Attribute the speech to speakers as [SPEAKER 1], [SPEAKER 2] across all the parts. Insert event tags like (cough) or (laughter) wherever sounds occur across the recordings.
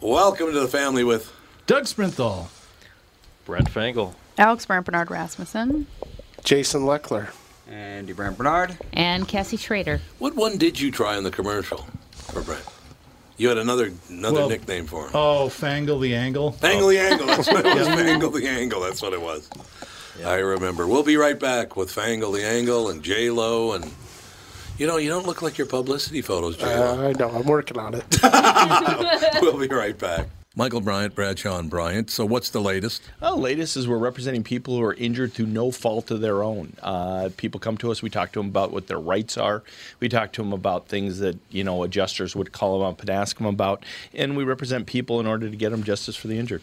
[SPEAKER 1] Welcome to the family with
[SPEAKER 2] Doug Sprinthal.
[SPEAKER 3] Brent Fangle.
[SPEAKER 4] Alex Brandt Bernard Rasmussen.
[SPEAKER 5] Jason Leckler.
[SPEAKER 6] Andy Brant Bernard.
[SPEAKER 7] And Cassie Schrader.
[SPEAKER 1] what one did you try in the commercial for Brent? You had another another
[SPEAKER 2] Well,
[SPEAKER 1] nickname for him.
[SPEAKER 2] Oh, Fangle the Angle.
[SPEAKER 1] Angle the angle. That's what it was. Fangle the angle. That's what it was. I remember. We'll be right back with Fangle the angle and J Lo and. You know, you don't look like your publicity photos, J Lo.
[SPEAKER 5] Uh, I know. I'm working on it.
[SPEAKER 1] (laughs) we'll be right back. Michael Bryant, Bradshaw and Bryant. So, what's the latest?
[SPEAKER 8] Well, latest is we're representing people who are injured through no fault of their own. Uh, people come to us. We talk to them about what their rights are. We talk to them about things that you know adjusters would call them up and ask them about, and we represent people in order to get them justice for the injured.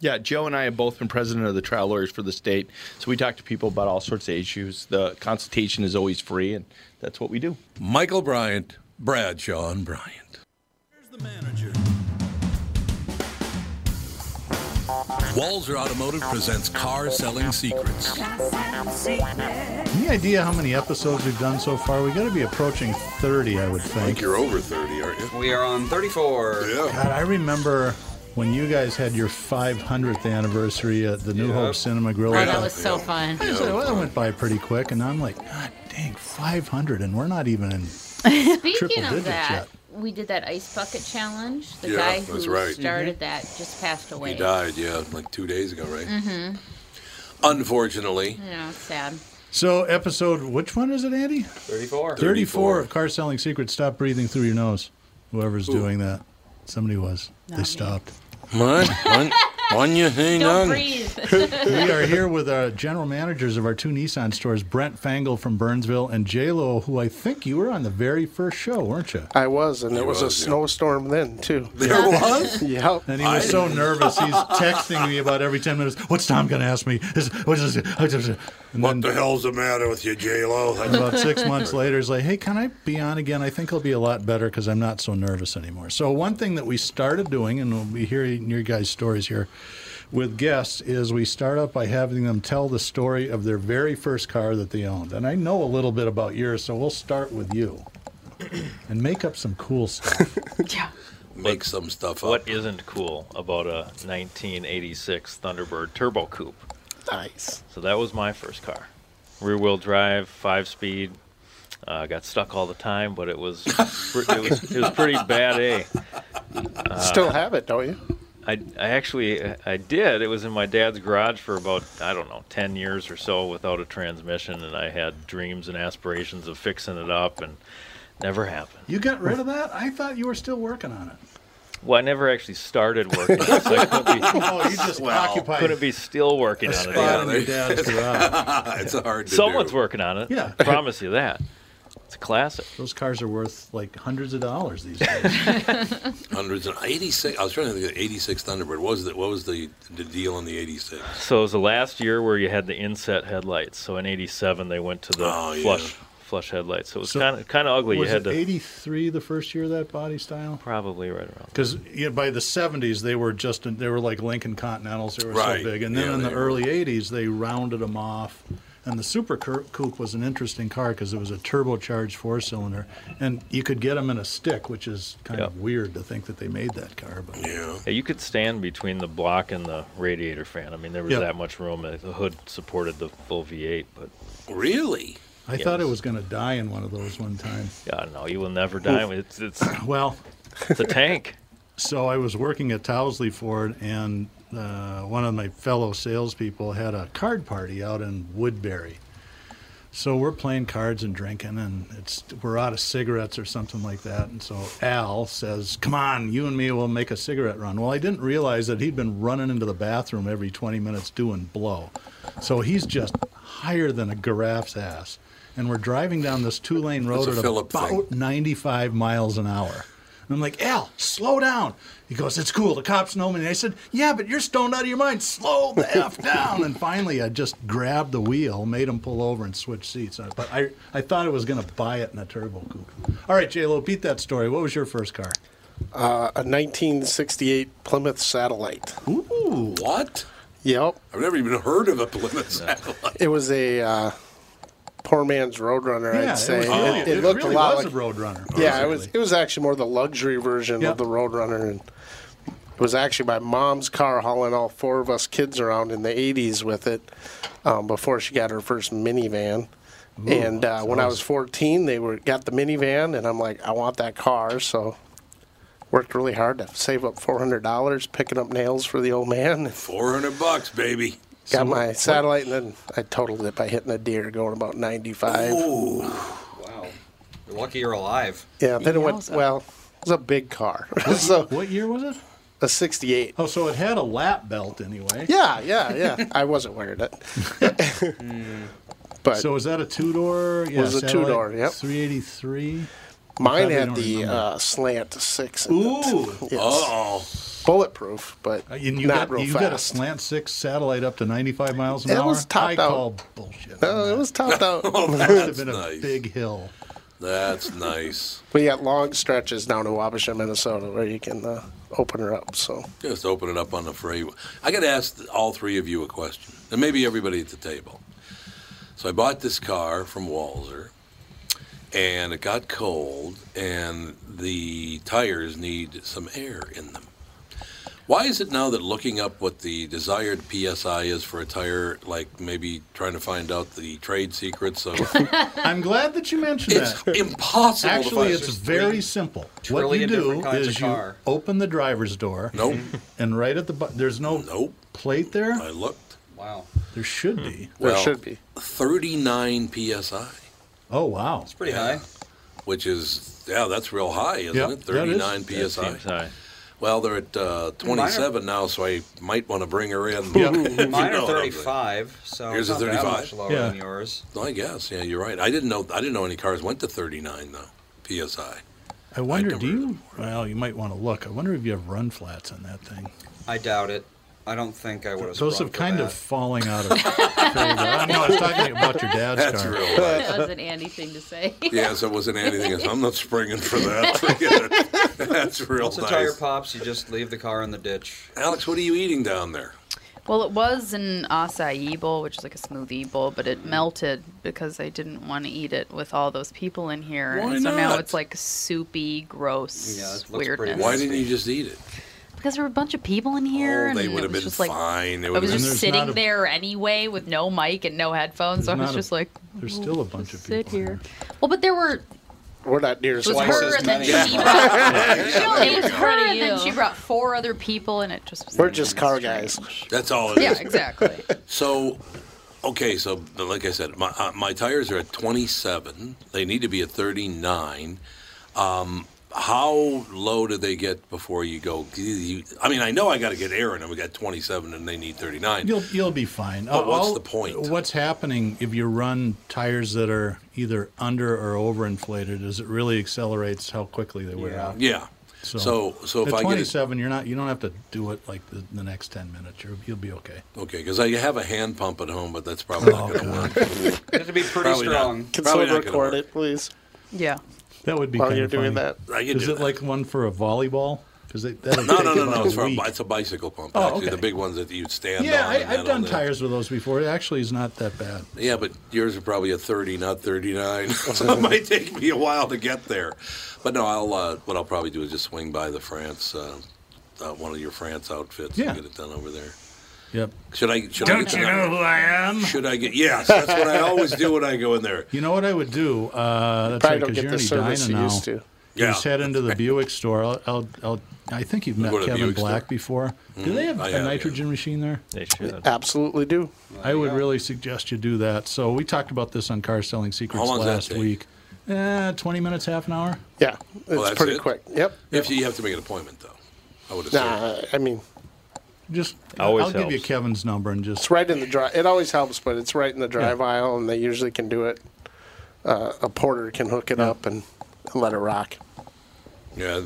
[SPEAKER 8] Yeah, Joe and I have both been president of the trial lawyers for the state, so we talk to people about all sorts of issues. The consultation is always free, and that's what we do.
[SPEAKER 1] Michael Bryant, Bradshaw and Bryant. Walzer Automotive presents Car Selling Secrets.
[SPEAKER 2] Any idea how many episodes we've done so far? We got to be approaching 30, I would
[SPEAKER 1] I think
[SPEAKER 2] think.
[SPEAKER 1] you're over 30, aren't you?
[SPEAKER 6] We are on 34.
[SPEAKER 1] Yeah.
[SPEAKER 2] God, I remember when you guys had your 500th anniversary at the New
[SPEAKER 6] Yeah.
[SPEAKER 2] Hope Cinema Grill.
[SPEAKER 7] Oh, that was so fun.
[SPEAKER 2] I said, well, that went by pretty quick, and I'm like, God dang, 500, and we're not even in.
[SPEAKER 7] Speaking
[SPEAKER 2] Triple
[SPEAKER 7] of
[SPEAKER 2] digits
[SPEAKER 7] that,
[SPEAKER 2] yet.
[SPEAKER 7] we did that ice bucket challenge. The
[SPEAKER 1] Yeah,
[SPEAKER 7] guy who
[SPEAKER 1] that's right.
[SPEAKER 7] started that just passed away.
[SPEAKER 1] He died, yeah, like two days ago, right? Mm-hmm. Unfortunately.
[SPEAKER 7] You know, it's sad.
[SPEAKER 2] So, episode, which one is it, Andy?
[SPEAKER 6] 34.
[SPEAKER 2] 34 of Car Selling Secrets. Stop breathing through your nose. Whoever's doing that. Somebody was.
[SPEAKER 4] Not
[SPEAKER 2] they
[SPEAKER 4] me.
[SPEAKER 2] stopped.
[SPEAKER 1] Mm-hmm. What? When, when you hang
[SPEAKER 7] Don't
[SPEAKER 1] on.
[SPEAKER 7] breathe. (laughs)
[SPEAKER 2] we are here with our general managers of our two Nissan stores, Brent Fangle from Burnsville and J-Lo, who I think you were on the very first show, weren't you?
[SPEAKER 5] I was, and
[SPEAKER 1] He
[SPEAKER 5] it was,
[SPEAKER 1] was,
[SPEAKER 5] a
[SPEAKER 1] yeah.
[SPEAKER 5] snowstorm then too.
[SPEAKER 1] There was?
[SPEAKER 5] Yep.
[SPEAKER 2] And he was so nervous, he's texting me about every 10 minutes, what's Tom going to ask me? Is- What's this? And
[SPEAKER 1] What
[SPEAKER 2] then
[SPEAKER 1] the hell's the matter with you, J-Lo?
[SPEAKER 2] about six months later, he's like, hey, can I be on again? I think I'll be a lot better because I'm not so nervous anymore. So one thing that we started doing, and we'll be hearing your guys' stories here with guests, is we start out by having them tell the story of their very first car that they owned. And I know a little bit about yours, so we'll start with you. (clears throat) And make up some cool stuff.
[SPEAKER 4] Yeah.
[SPEAKER 1] Make some stuff up.
[SPEAKER 3] What isn't cool about a 1986 Thunderbird Turbo Coupe?
[SPEAKER 5] Nice.
[SPEAKER 3] So that was my first car. Rear wheel drive, five speed. Uh, got stuck all the time, but it was it was, it was pretty bad. A.
[SPEAKER 5] Still have it, don't you?
[SPEAKER 3] I, I actually I did. It was in my dad's garage for about I don't know ten years or so without a transmission, and I had dreams and aspirations of fixing it up, and never happened.
[SPEAKER 2] You got rid of that? I thought you were still working on it.
[SPEAKER 3] Well, I never actually started working, on it, so I couldn't be,
[SPEAKER 2] Oh, you just occupied
[SPEAKER 3] couldn't be still working on it.
[SPEAKER 2] spot
[SPEAKER 3] either.
[SPEAKER 2] in your dad's garage.
[SPEAKER 1] (laughs) it's hard to
[SPEAKER 3] Someone's
[SPEAKER 1] do.
[SPEAKER 3] working on it.
[SPEAKER 2] Yeah.
[SPEAKER 3] promise you that. It's a classic.
[SPEAKER 2] Those cars are worth like hundreds of dollars
[SPEAKER 3] (laughs)
[SPEAKER 2] these days.
[SPEAKER 1] Hundreds and 86. I was trying to think of 86 Thunderbird. What was the, what was the, the deal on the 86?
[SPEAKER 3] So it was the last year where you had the inset headlights. So in '87 they went to the
[SPEAKER 1] Oh, yeah.
[SPEAKER 3] flush flush headlights. So it was
[SPEAKER 2] So
[SPEAKER 3] kind of kind of ugly.
[SPEAKER 2] was
[SPEAKER 3] you had
[SPEAKER 2] it
[SPEAKER 3] to
[SPEAKER 2] 83 the first year of that body style?
[SPEAKER 3] probably right around.
[SPEAKER 2] Because you know, by the 70s, they were just they were like Lincoln Continentals. They were
[SPEAKER 1] Right.
[SPEAKER 2] so big, and then
[SPEAKER 1] Yeah,
[SPEAKER 2] in the
[SPEAKER 1] they were.
[SPEAKER 2] early 80s, they rounded them off. And the Super Cou- Coupe was an interesting car because it was a turbocharged four-cylinder, and you could get them in a stick, which is kind of
[SPEAKER 3] Yeah.
[SPEAKER 2] weird to think that they made that car. But
[SPEAKER 1] Yeah.
[SPEAKER 3] Yeah, you could stand between the block and the radiator fan. I mean, there was
[SPEAKER 2] Yeah.
[SPEAKER 3] that much room. Uh, The hood supported the full V8, but
[SPEAKER 1] Really?
[SPEAKER 2] I thought it
[SPEAKER 3] Yes.
[SPEAKER 2] was going to die in one of those one time.
[SPEAKER 3] yeah, no, you will never die. It's it's,
[SPEAKER 2] Well,
[SPEAKER 3] it's a
[SPEAKER 1] (laughs)
[SPEAKER 3] tank.
[SPEAKER 2] So I was working at Towsley Ford, and uh, one of my fellow salespeople had a card party out in Woodbury. So we're playing cards and drinking, and it's we're out of cigarettes or something like that. And so Al says, "Come on, you and me will make a cigarette run." Well, I didn't realize that he'd been running into the bathroom every 20 minutes doing blow, so he's just higher than a giraffe's ass. And we're driving down this two-lane road
[SPEAKER 1] That's a
[SPEAKER 2] at
[SPEAKER 1] Phillip
[SPEAKER 2] about
[SPEAKER 1] thing.
[SPEAKER 2] 95 miles an hour. And And I'm like, Al, slow down. He goes, It's cool. The cops know me. And I said, Yeah, but you're stoned out of your mind. Slow the F down. And finally, I just grabbed the wheel, made him pull over, and switch seats. Uh, But I, I thought I was going to buy it in a turbo coupe. All right, J-Lo, beat that story. What was your first car?
[SPEAKER 5] A 1968 Plymouth Satellite.
[SPEAKER 1] Ooh, what?
[SPEAKER 5] Yep.
[SPEAKER 1] I've never even heard of a Plymouth satellite.
[SPEAKER 5] It was a uh, poor man's Roadrunner, I'd
[SPEAKER 2] it,
[SPEAKER 5] say.
[SPEAKER 2] was,
[SPEAKER 1] Oh.
[SPEAKER 2] it,
[SPEAKER 5] it looked
[SPEAKER 2] really
[SPEAKER 5] a lot
[SPEAKER 2] was
[SPEAKER 5] like
[SPEAKER 2] a Roadrunner.
[SPEAKER 5] Yeah, it was.
[SPEAKER 2] basically.
[SPEAKER 5] It was actually more the luxury version
[SPEAKER 2] Yeah.
[SPEAKER 5] of the Roadrunner, and it was actually my mom's car hauling all four of us kids around in the '80s with it um, before she got her first minivan. and uh, when I was 14, they were got the minivan, and I'm like, I want that car, so. Worked really hard to save up four hundred dollars, picking up nails for the old
[SPEAKER 2] (laughs)
[SPEAKER 5] man. Got
[SPEAKER 1] Four hundred bucks, baby.
[SPEAKER 5] my satellite, and then I totaled it by hitting a deer, going about ninety-five.
[SPEAKER 1] Ooh,
[SPEAKER 6] Wow. You're lucky you're alive.
[SPEAKER 5] Yeah, then it went
[SPEAKER 4] Yowza.
[SPEAKER 5] well. It was a big car, (laughs) so
[SPEAKER 2] What year was it?
[SPEAKER 5] a '68.
[SPEAKER 2] Oh, so it had a lap belt anyway.
[SPEAKER 5] Yeah, yeah, yeah. I wasn't wearing it. but
[SPEAKER 2] So is that a two door? Yeah,
[SPEAKER 5] was a
[SPEAKER 2] satellite
[SPEAKER 5] two-door, yep.
[SPEAKER 2] 383.
[SPEAKER 5] mine
[SPEAKER 2] probably
[SPEAKER 5] had
[SPEAKER 2] don't
[SPEAKER 5] the
[SPEAKER 2] remember.
[SPEAKER 5] uh, slant six. In It.
[SPEAKER 2] Ooh.
[SPEAKER 5] (laughs) Yes.
[SPEAKER 1] oh,
[SPEAKER 5] Bulletproof, but
[SPEAKER 2] Uh, And you
[SPEAKER 5] not
[SPEAKER 2] got
[SPEAKER 5] real
[SPEAKER 2] you
[SPEAKER 5] fast.
[SPEAKER 2] got a slant six satellite up to 95 miles an
[SPEAKER 5] It
[SPEAKER 2] hour.
[SPEAKER 5] was
[SPEAKER 2] I
[SPEAKER 5] topped out.
[SPEAKER 2] call bullshit. on
[SPEAKER 5] No, it
[SPEAKER 2] that.
[SPEAKER 5] was topped
[SPEAKER 1] (laughs)
[SPEAKER 5] out.
[SPEAKER 1] Oh,
[SPEAKER 2] That would have been a
[SPEAKER 1] That's nice.
[SPEAKER 2] big hill.
[SPEAKER 1] that's nice.
[SPEAKER 5] we got long stretches down to Wabasha, Minnesota, where you can uh, open her up. So
[SPEAKER 1] Just open it up on the freeway. I got to ask all three of you a question, and maybe everybody at the table. So I bought this car from Walzer, and it got cold, and the tires need some air in them. Why is it now that looking up what the desired PSI is for a tire, like maybe trying to find out the trade secrets of
[SPEAKER 2] I'm glad that you mentioned (laughs)
[SPEAKER 1] it's
[SPEAKER 2] that.
[SPEAKER 1] impossible. to
[SPEAKER 2] Actually,
[SPEAKER 1] find.
[SPEAKER 2] it's very simple. What you
[SPEAKER 6] trillion
[SPEAKER 2] do
[SPEAKER 6] different kinds
[SPEAKER 2] is
[SPEAKER 6] of
[SPEAKER 2] you
[SPEAKER 6] car.
[SPEAKER 2] open the driver's door,
[SPEAKER 1] nope,
[SPEAKER 2] and right at the bu- there's no
[SPEAKER 1] Nope.
[SPEAKER 2] plate there.
[SPEAKER 1] I looked.
[SPEAKER 6] Wow.
[SPEAKER 2] There should be.
[SPEAKER 5] there
[SPEAKER 1] Well,
[SPEAKER 5] should be.
[SPEAKER 1] 39 psi,
[SPEAKER 2] Oh wow.
[SPEAKER 6] Hmm. It's pretty high.
[SPEAKER 1] which is, yeah, that's real high, isn't
[SPEAKER 2] Yep,
[SPEAKER 1] it?
[SPEAKER 2] that is.
[SPEAKER 1] 39
[SPEAKER 3] That
[SPEAKER 1] psi.
[SPEAKER 3] seems high.
[SPEAKER 1] Well, they're at uh, 27 now, so I might want to bring her in. (laughs) You
[SPEAKER 6] Mine
[SPEAKER 1] know
[SPEAKER 6] are
[SPEAKER 1] what I'm
[SPEAKER 6] 35, so
[SPEAKER 1] Yours
[SPEAKER 6] it's
[SPEAKER 1] is
[SPEAKER 6] not that
[SPEAKER 1] 35?
[SPEAKER 6] much lower
[SPEAKER 2] Yeah.
[SPEAKER 6] than yours.
[SPEAKER 1] saying. I guess, yeah, you're right. I didn't know. I didn't know any cars went to 39 though psi.
[SPEAKER 2] I wonder.
[SPEAKER 1] never
[SPEAKER 2] Do
[SPEAKER 1] heard
[SPEAKER 2] you? Well, you might want to look. I wonder if you have run flats on that thing.
[SPEAKER 6] I doubt it. I don't think I would have.
[SPEAKER 2] Those
[SPEAKER 6] sprung
[SPEAKER 2] have
[SPEAKER 6] for
[SPEAKER 2] kind
[SPEAKER 6] that.
[SPEAKER 2] of falling out
[SPEAKER 6] (laughs)
[SPEAKER 2] of. favor. I'm not talking about your dad's
[SPEAKER 1] That's
[SPEAKER 2] car. (laughs)
[SPEAKER 1] real. Right.
[SPEAKER 7] That was
[SPEAKER 1] (laughs)
[SPEAKER 7] an Andy thing to say. (laughs)
[SPEAKER 1] Yeah, so it wasn't anything. else. I'm not springing for that. (laughs) Forget it. That's real
[SPEAKER 6] Once the tire
[SPEAKER 1] nice.
[SPEAKER 6] pops, you just leave the car in the ditch.
[SPEAKER 1] Alex, what are you eating down there?
[SPEAKER 4] Well, it was an acai bowl, which is like a smoothie bowl, but it melted because I didn't want to eat it with all those people in here.
[SPEAKER 1] Why
[SPEAKER 4] and so now
[SPEAKER 1] not?
[SPEAKER 4] it's like soupy, gross
[SPEAKER 6] Yeah, it looks pretty
[SPEAKER 4] weirdness.
[SPEAKER 1] Why didn't you just eat it?
[SPEAKER 4] Because there were a bunch of people in here,
[SPEAKER 1] Oh,
[SPEAKER 4] and
[SPEAKER 1] they
[SPEAKER 4] it
[SPEAKER 1] would have
[SPEAKER 4] was
[SPEAKER 1] been
[SPEAKER 4] just like
[SPEAKER 1] fine. They
[SPEAKER 4] I
[SPEAKER 1] would
[SPEAKER 4] was
[SPEAKER 1] have
[SPEAKER 2] And
[SPEAKER 1] been
[SPEAKER 2] there's
[SPEAKER 4] just sitting
[SPEAKER 2] not a-
[SPEAKER 4] there anyway with no mic and no headphones. So I
[SPEAKER 2] There's not
[SPEAKER 4] was
[SPEAKER 2] a-
[SPEAKER 4] just like,
[SPEAKER 2] There's still a bunch of
[SPEAKER 4] sit
[SPEAKER 2] people. in
[SPEAKER 4] here. Well, but there were
[SPEAKER 5] We're not near as
[SPEAKER 4] it was
[SPEAKER 6] Twice
[SPEAKER 5] large.
[SPEAKER 4] her
[SPEAKER 6] as
[SPEAKER 4] and then
[SPEAKER 6] many.
[SPEAKER 4] she
[SPEAKER 6] Yeah.
[SPEAKER 4] brought
[SPEAKER 7] There
[SPEAKER 4] it was (laughs)
[SPEAKER 7] you go.
[SPEAKER 4] her and then she
[SPEAKER 7] You.
[SPEAKER 4] brought four other people and it just was
[SPEAKER 5] We're just car guys.
[SPEAKER 1] That's all it is.
[SPEAKER 4] Yeah, exactly.
[SPEAKER 1] So, okay, so like I said, my, uh, my tires are at 27. They need to be at 39. Um, how low do they get before you go? you- I mean, I know I got to get air in them. We got 27 and they need 39.
[SPEAKER 2] You'll you'll be fine. Uh,
[SPEAKER 1] But what's the point?
[SPEAKER 2] What's happening if you run tires that are either under or overinflated? Is it really accelerates how quickly they wear
[SPEAKER 6] Yeah.
[SPEAKER 2] out?
[SPEAKER 1] yeah. So, so, if
[SPEAKER 2] at
[SPEAKER 1] I get it,
[SPEAKER 2] 27, you're not you don't have to do it like the, the next 10 minutes. You're, you'll be okay.
[SPEAKER 1] okay, because I have a hand pump at home, but that's probably
[SPEAKER 2] Oh,
[SPEAKER 1] not going to work.
[SPEAKER 6] You have to be pretty
[SPEAKER 1] Probably not.
[SPEAKER 6] strong.
[SPEAKER 5] Can someone
[SPEAKER 1] Probably not gonna
[SPEAKER 5] record
[SPEAKER 1] work.
[SPEAKER 5] it, please?
[SPEAKER 4] (laughs) Yeah.
[SPEAKER 2] That would be
[SPEAKER 5] While
[SPEAKER 2] kinda
[SPEAKER 5] you're doing
[SPEAKER 2] funny.
[SPEAKER 5] that,
[SPEAKER 1] I can
[SPEAKER 2] Is
[SPEAKER 1] do
[SPEAKER 2] it
[SPEAKER 1] that.
[SPEAKER 2] like one for a volleyball? Because no,
[SPEAKER 1] No, no, no, no. It's,
[SPEAKER 2] It's
[SPEAKER 1] for a, bi- it's a bicycle pump.
[SPEAKER 2] Oh,
[SPEAKER 1] actually,
[SPEAKER 2] okay.
[SPEAKER 1] the big ones that you'd stand
[SPEAKER 2] yeah,
[SPEAKER 1] on. and
[SPEAKER 2] I, I've
[SPEAKER 1] that'll
[SPEAKER 2] done
[SPEAKER 1] do.
[SPEAKER 2] tires with those before. It actually is not that bad.
[SPEAKER 1] Yeah, but yours are probably a 30, not 39. (laughs) so it might take me a while to get there. But no, I'll uh, what I'll probably do is just swing by the France, uh, uh, one of your France outfits,
[SPEAKER 2] Yeah.
[SPEAKER 1] and get it done over there.
[SPEAKER 2] Yep.
[SPEAKER 1] Should I? Should I get the number?
[SPEAKER 2] I am?
[SPEAKER 1] Should I get? Yes, that's what I always do when I go in there.
[SPEAKER 2] You know what I would do? Uh, that's
[SPEAKER 5] probably
[SPEAKER 2] right,
[SPEAKER 5] don't
[SPEAKER 2] because
[SPEAKER 5] get
[SPEAKER 2] you're
[SPEAKER 5] the
[SPEAKER 2] in Edina
[SPEAKER 5] service you
[SPEAKER 2] now.
[SPEAKER 5] used to.
[SPEAKER 1] Yeah.
[SPEAKER 2] Just head into the Buick store. I'll, I'll, I'll, I think you've met
[SPEAKER 1] go to the
[SPEAKER 2] Kevin
[SPEAKER 1] Buick store. Mm-hmm.
[SPEAKER 2] Black before. Do they have
[SPEAKER 1] I
[SPEAKER 2] a
[SPEAKER 1] have, yeah.
[SPEAKER 2] nitrogen machine there?
[SPEAKER 3] They should.
[SPEAKER 5] Absolutely do.
[SPEAKER 2] I would really suggest you do that. So we talked about this on Car Selling Secrets
[SPEAKER 1] long's that
[SPEAKER 2] last
[SPEAKER 1] take?
[SPEAKER 2] week. Eh, 20 minutes, half an hour.
[SPEAKER 5] Yeah, it's
[SPEAKER 1] that's
[SPEAKER 5] pretty
[SPEAKER 1] it?
[SPEAKER 5] quick. Yep.
[SPEAKER 1] If you have to make an appointment, though, I would assume.
[SPEAKER 5] Nah, I mean,
[SPEAKER 2] Just
[SPEAKER 3] Always
[SPEAKER 2] I'll give you
[SPEAKER 3] helps.
[SPEAKER 2] Kevin's number and just
[SPEAKER 5] It's right in the drive. It always helps, but it's right in the drive aisle, and they usually can do it. Uh, a porter can hook it up and, and let it rock.
[SPEAKER 1] Yeah,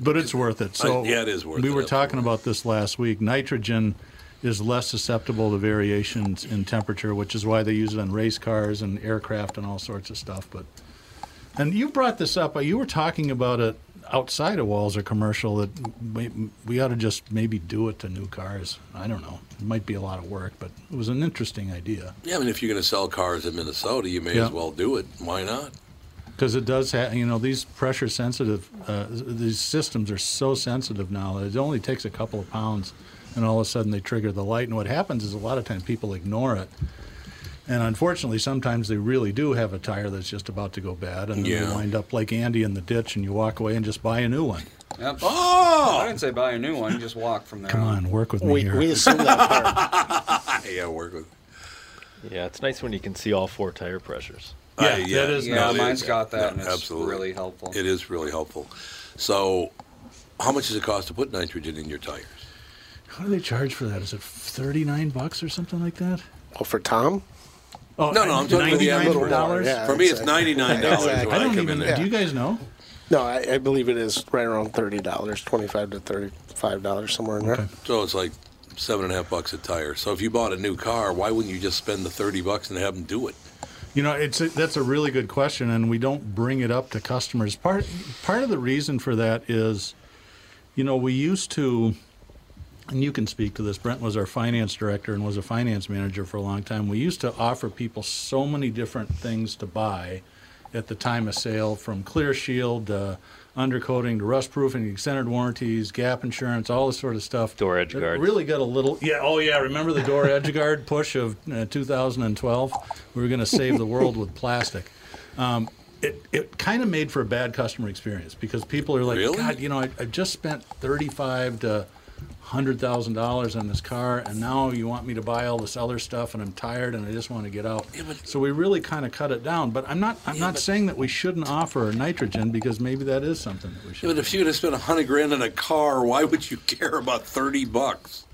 [SPEAKER 2] but it's worth it. So
[SPEAKER 1] I- yeah, it is worth
[SPEAKER 2] We
[SPEAKER 1] it,
[SPEAKER 2] were talking
[SPEAKER 1] absolutely.
[SPEAKER 2] about this last week. Nitrogen is less susceptible to variations in temperature, which is why they use it on race cars and aircraft and all sorts of stuff. But and you brought this up. You were talking about it outside of walls or commercial that we, we ought to just maybe do it to new cars. I don't know. It might be a lot of work, but it was an interesting idea.
[SPEAKER 1] Yeah, I mean, if you're going to sell cars in Minnesota, you may
[SPEAKER 2] Yeah.
[SPEAKER 1] as well do it. Why not?
[SPEAKER 2] Because it does have, you know, these pressure sensitive, uh, these systems are so sensitive now that it only takes a couple of pounds and all of a sudden they trigger the light. And what happens is a lot of times people ignore it. And unfortunately, sometimes they really do have a tire that's just about to go bad and then
[SPEAKER 1] Yeah.
[SPEAKER 2] you wind up like Andy in the ditch and you walk away and just buy a new one.
[SPEAKER 6] Yep. I
[SPEAKER 1] Oh,
[SPEAKER 6] didn't say buy a new one. Just walk from there.
[SPEAKER 1] Um,
[SPEAKER 2] Come
[SPEAKER 6] on.
[SPEAKER 2] on, work with me
[SPEAKER 5] We,
[SPEAKER 2] here.
[SPEAKER 5] we assume that part.
[SPEAKER 1] yeah, work with.
[SPEAKER 3] Yeah, it's nice when you can see all four tire pressures.
[SPEAKER 2] Yeah,
[SPEAKER 1] I-
[SPEAKER 2] that is
[SPEAKER 6] Yeah,
[SPEAKER 1] no, it
[SPEAKER 6] mine's
[SPEAKER 1] is.
[SPEAKER 6] got that,
[SPEAKER 1] No,
[SPEAKER 6] and it's really helpful.
[SPEAKER 1] It is really helpful. So, how much does it cost to put nitrogen in your tires?
[SPEAKER 2] How do they charge for that? Is it 39 bucks or something like that?
[SPEAKER 5] Well, for Tom,
[SPEAKER 2] Oh,
[SPEAKER 1] No, no, I'm talking about the uh,
[SPEAKER 5] a
[SPEAKER 1] average
[SPEAKER 5] little
[SPEAKER 2] $99?
[SPEAKER 5] more. Yeah,
[SPEAKER 1] For me, it's
[SPEAKER 5] exactly.
[SPEAKER 1] ninety nine dollars
[SPEAKER 5] Exactly.
[SPEAKER 1] when
[SPEAKER 2] I
[SPEAKER 1] I,
[SPEAKER 2] don't
[SPEAKER 1] come in
[SPEAKER 2] even,
[SPEAKER 1] there.
[SPEAKER 2] do you guys know?
[SPEAKER 5] No, I, I believe it is right around thirty dollars, twenty-five to thirty-five dollars, somewhere in there.
[SPEAKER 1] So it's like seven and a half bucks a tire. So if you bought a new car, why wouldn't you just spend the thirty bucks and have them do it?
[SPEAKER 2] You know, it's a, that's a really good question, and we don't bring it up to customers. Part part of the reason for that is, you know, we used to, and you can speak to this. Brent was our finance director and was a finance manager for a long time. We used to offer people so many different things to buy at the time of sale, from clear shield to undercoating to rust proofing, extended warranties, gap insurance, all this sort of stuff.
[SPEAKER 3] Door edge
[SPEAKER 2] That
[SPEAKER 3] guards.
[SPEAKER 2] Really really got a little. Yeah. Oh, yeah. Remember the door Edgeguard push of uh, 2012? We were going to save the world with plastic. Um, it it kind of made for a bad customer experience because people are like,
[SPEAKER 1] Really?
[SPEAKER 2] God, you know, I, I just spent 35 to hundred thousand dollars on this car, and now you want me to buy all this other stuff, and I'm tired, and I just want to get out.
[SPEAKER 1] but-
[SPEAKER 2] so we really kind of cut it down. But I'm not I'm not saying that we shouldn't offer nitrogen because maybe that is something that we should.
[SPEAKER 1] But if you would have spent a hundred grand on a car, why would you (laughs) care about
[SPEAKER 2] (laughs)
[SPEAKER 1] thirty bucks?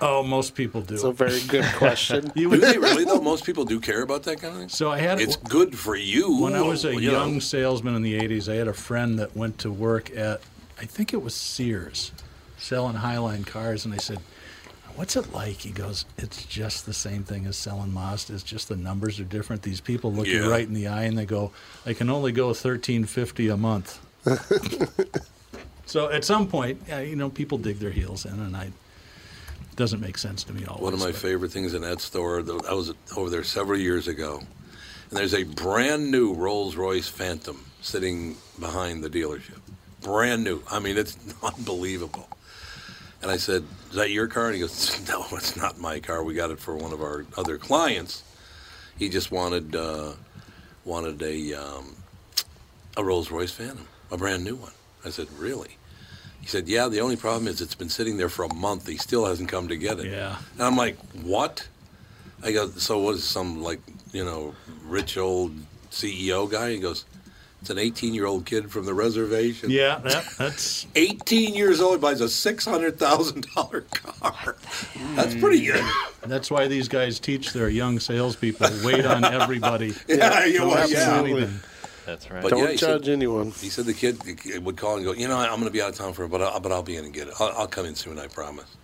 [SPEAKER 2] oh, most people do.
[SPEAKER 5] It's a very good
[SPEAKER 2] (laughs)
[SPEAKER 5] question.
[SPEAKER 2] you
[SPEAKER 1] Do
[SPEAKER 2] would
[SPEAKER 1] they really though? Most people do care about that kind of thing.
[SPEAKER 2] So I had-
[SPEAKER 1] it's good for you.
[SPEAKER 2] When I was a
[SPEAKER 1] you know.
[SPEAKER 2] young salesman in the 80s, I had a friend that went to work at, I think it was Sears, selling Highline cars. And I said, What's it like? He goes, It's just the same thing as selling Mazda. It's just the numbers are different. These people look
[SPEAKER 1] Yeah.
[SPEAKER 2] you right in the eye and they go, I can only go 1350 a
[SPEAKER 1] (laughs)
[SPEAKER 2] month. so at some point, yeah, you know, people dig their heels in, and I. It doesn't make sense to me always.
[SPEAKER 1] One of my
[SPEAKER 2] but-
[SPEAKER 1] favorite things in that store, though, I was over there several years ago, and there's a brand new Rolls Royce Phantom sitting behind the dealership. Brand new. I mean, it's (laughs) unbelievable. And I said, Is that your car? And he goes, No, it's not my car. We got it for one of our other clients. He just wanted uh, wanted a, um, a Rolls Royce Phantom, a brand new one. I said, Really? He said, Yeah, the only problem is it's been sitting there for a month. He still hasn't come to get it.
[SPEAKER 2] Yeah.
[SPEAKER 1] And I'm like, What? I go, So what is some, like, you know, rich old CEO guy? He goes, It's an 18 year old kid from the reservation.
[SPEAKER 2] Yeah, that, that's
[SPEAKER 1] 18 years old buys a $600,000 car. That's pretty good. (laughs)
[SPEAKER 2] That's why these guys teach their young salespeople wait on
[SPEAKER 1] (laughs)
[SPEAKER 2] everybody.
[SPEAKER 1] Oh, Yeah, you
[SPEAKER 2] Don't
[SPEAKER 1] well,
[SPEAKER 2] listen to
[SPEAKER 1] yeah.
[SPEAKER 5] absolutely.
[SPEAKER 2] anything.
[SPEAKER 3] That's right.
[SPEAKER 1] But
[SPEAKER 5] Don't
[SPEAKER 1] yeah, he
[SPEAKER 5] judge
[SPEAKER 1] said,
[SPEAKER 5] anyone.
[SPEAKER 1] he said the kid would call and go, you know, I'm going to be out of town for, but I'll, but I'll be in and get it. I'll, I'll come in soon, I promise. (laughs)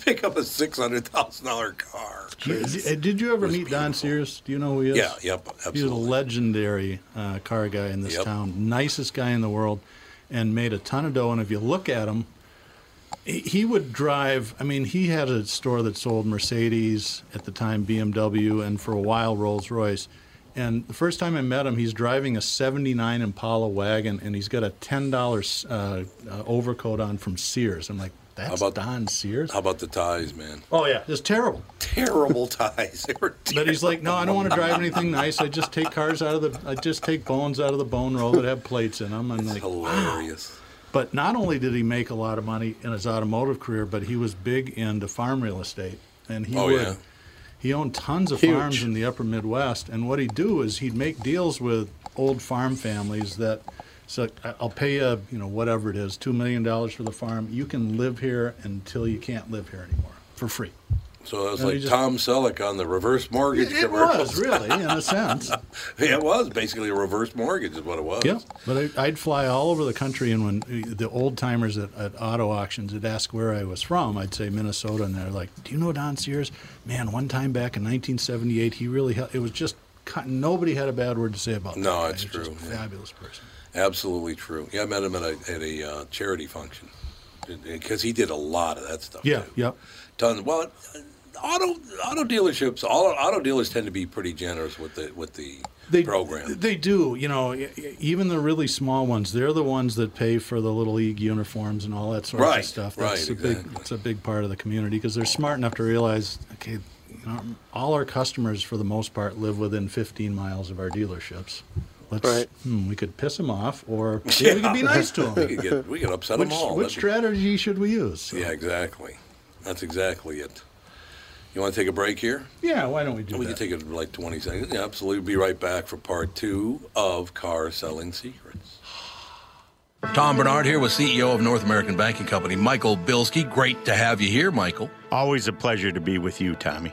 [SPEAKER 1] Pick up a six hundred thousand dollar car.
[SPEAKER 2] You- d- Did you ever
[SPEAKER 1] was
[SPEAKER 2] meet Don
[SPEAKER 1] beautiful.
[SPEAKER 2] Sears? Do you know who he is?
[SPEAKER 1] Yeah, yep,
[SPEAKER 2] He's a
[SPEAKER 1] absolutely.
[SPEAKER 2] legendary uh, car guy in this
[SPEAKER 1] Yep.
[SPEAKER 2] town. Nicest guy in the world, and made a ton of dough. And if you look at him, he- he would drive. I mean, he had a store that sold Mercedes at the time, BMW, and for a while Rolls Royce. And the first time I met him, he's driving a '79 Impala wagon, and he's got a ten dollars uh, uh, overcoat on from Sears. I'm like, that's
[SPEAKER 1] about-
[SPEAKER 2] Don Sears.
[SPEAKER 1] How about the ties, man?
[SPEAKER 2] Oh yeah, it's terrible.
[SPEAKER 1] Terrible (laughs) ties. They were terrible.
[SPEAKER 2] But he's like, no, I don't want to drive anything nice. I just take cars out of the, I just take bones out of the bone roll that have plates in them. And like,
[SPEAKER 1] hilarious.
[SPEAKER 2] but not only did he make a lot of money in his automotive career, but he was big into farm real estate, and he
[SPEAKER 1] Oh,
[SPEAKER 2] would,
[SPEAKER 1] yeah.
[SPEAKER 2] he owned tons of
[SPEAKER 5] Huge.
[SPEAKER 2] farms in the Upper Midwest. And what he'd do is he'd make deals with old farm families that. So I- I'll pay you, you know, whatever it is, two million dollars for the farm. You can live here until you can't live here anymore for free.
[SPEAKER 1] So it was
[SPEAKER 2] No, you
[SPEAKER 1] like
[SPEAKER 2] just-
[SPEAKER 1] Tom Selleck on the reverse mortgage
[SPEAKER 2] It
[SPEAKER 1] commercial.
[SPEAKER 2] was really, in a sense.
[SPEAKER 1] (laughs) Yeah, it was basically a reverse mortgage is what it was.
[SPEAKER 2] Yeah, but I, I'd fly all over the country, and when eh, the old timers at, at auto auctions would ask where I was from, I'd say Minnesota, and they're like, "Do you know Don Sears? Man, one time back in 1978, he really hel- it was just cut- nobody had a bad word to say about."
[SPEAKER 1] No,
[SPEAKER 2] that guy.
[SPEAKER 1] it's
[SPEAKER 2] He was just
[SPEAKER 1] true,
[SPEAKER 2] a
[SPEAKER 1] yeah.
[SPEAKER 2] fabulous person.
[SPEAKER 1] Absolutely true. Yeah, I met him at a, at a uh, charity function because he did a lot of that stuff.
[SPEAKER 2] Yeah,
[SPEAKER 1] too.
[SPEAKER 2] yep.
[SPEAKER 1] Tons. Well, auto auto dealerships, all auto dealers tend to be pretty generous with the with the program.
[SPEAKER 2] They do. You know, e- e- even the really small ones, they're the ones that pay for the little league uniforms and all that sort
[SPEAKER 1] Right,
[SPEAKER 2] of stuff.
[SPEAKER 1] right,
[SPEAKER 2] a
[SPEAKER 1] exactly.
[SPEAKER 2] big, it's a big part of the community because they're smart enough to realize, okay, you know, all our customers for the most part live within 15 miles of our dealerships. Let's,
[SPEAKER 5] Right.
[SPEAKER 2] hmm, we could piss them off,
[SPEAKER 1] (laughs)
[SPEAKER 2] or yeah, we could be nice to
[SPEAKER 1] we
[SPEAKER 2] them.
[SPEAKER 1] could get we could upset
[SPEAKER 2] which
[SPEAKER 1] them all.
[SPEAKER 2] which
[SPEAKER 1] That'd be-
[SPEAKER 2] strategy should we use?
[SPEAKER 1] yeah, exactly. That's exactly it. You want to take a break here?
[SPEAKER 2] Yeah, why don't we do
[SPEAKER 1] We
[SPEAKER 2] that?
[SPEAKER 1] can take it in, like 20 seconds. Yeah, absolutely. Be right back for part two of Car Selling Secrets. Tom Bernard here with CEO of North American Banking Company, Michael Bilski. Great to have you here, Michael.
[SPEAKER 9] (laughs) Always a pleasure to be with you, Tommy.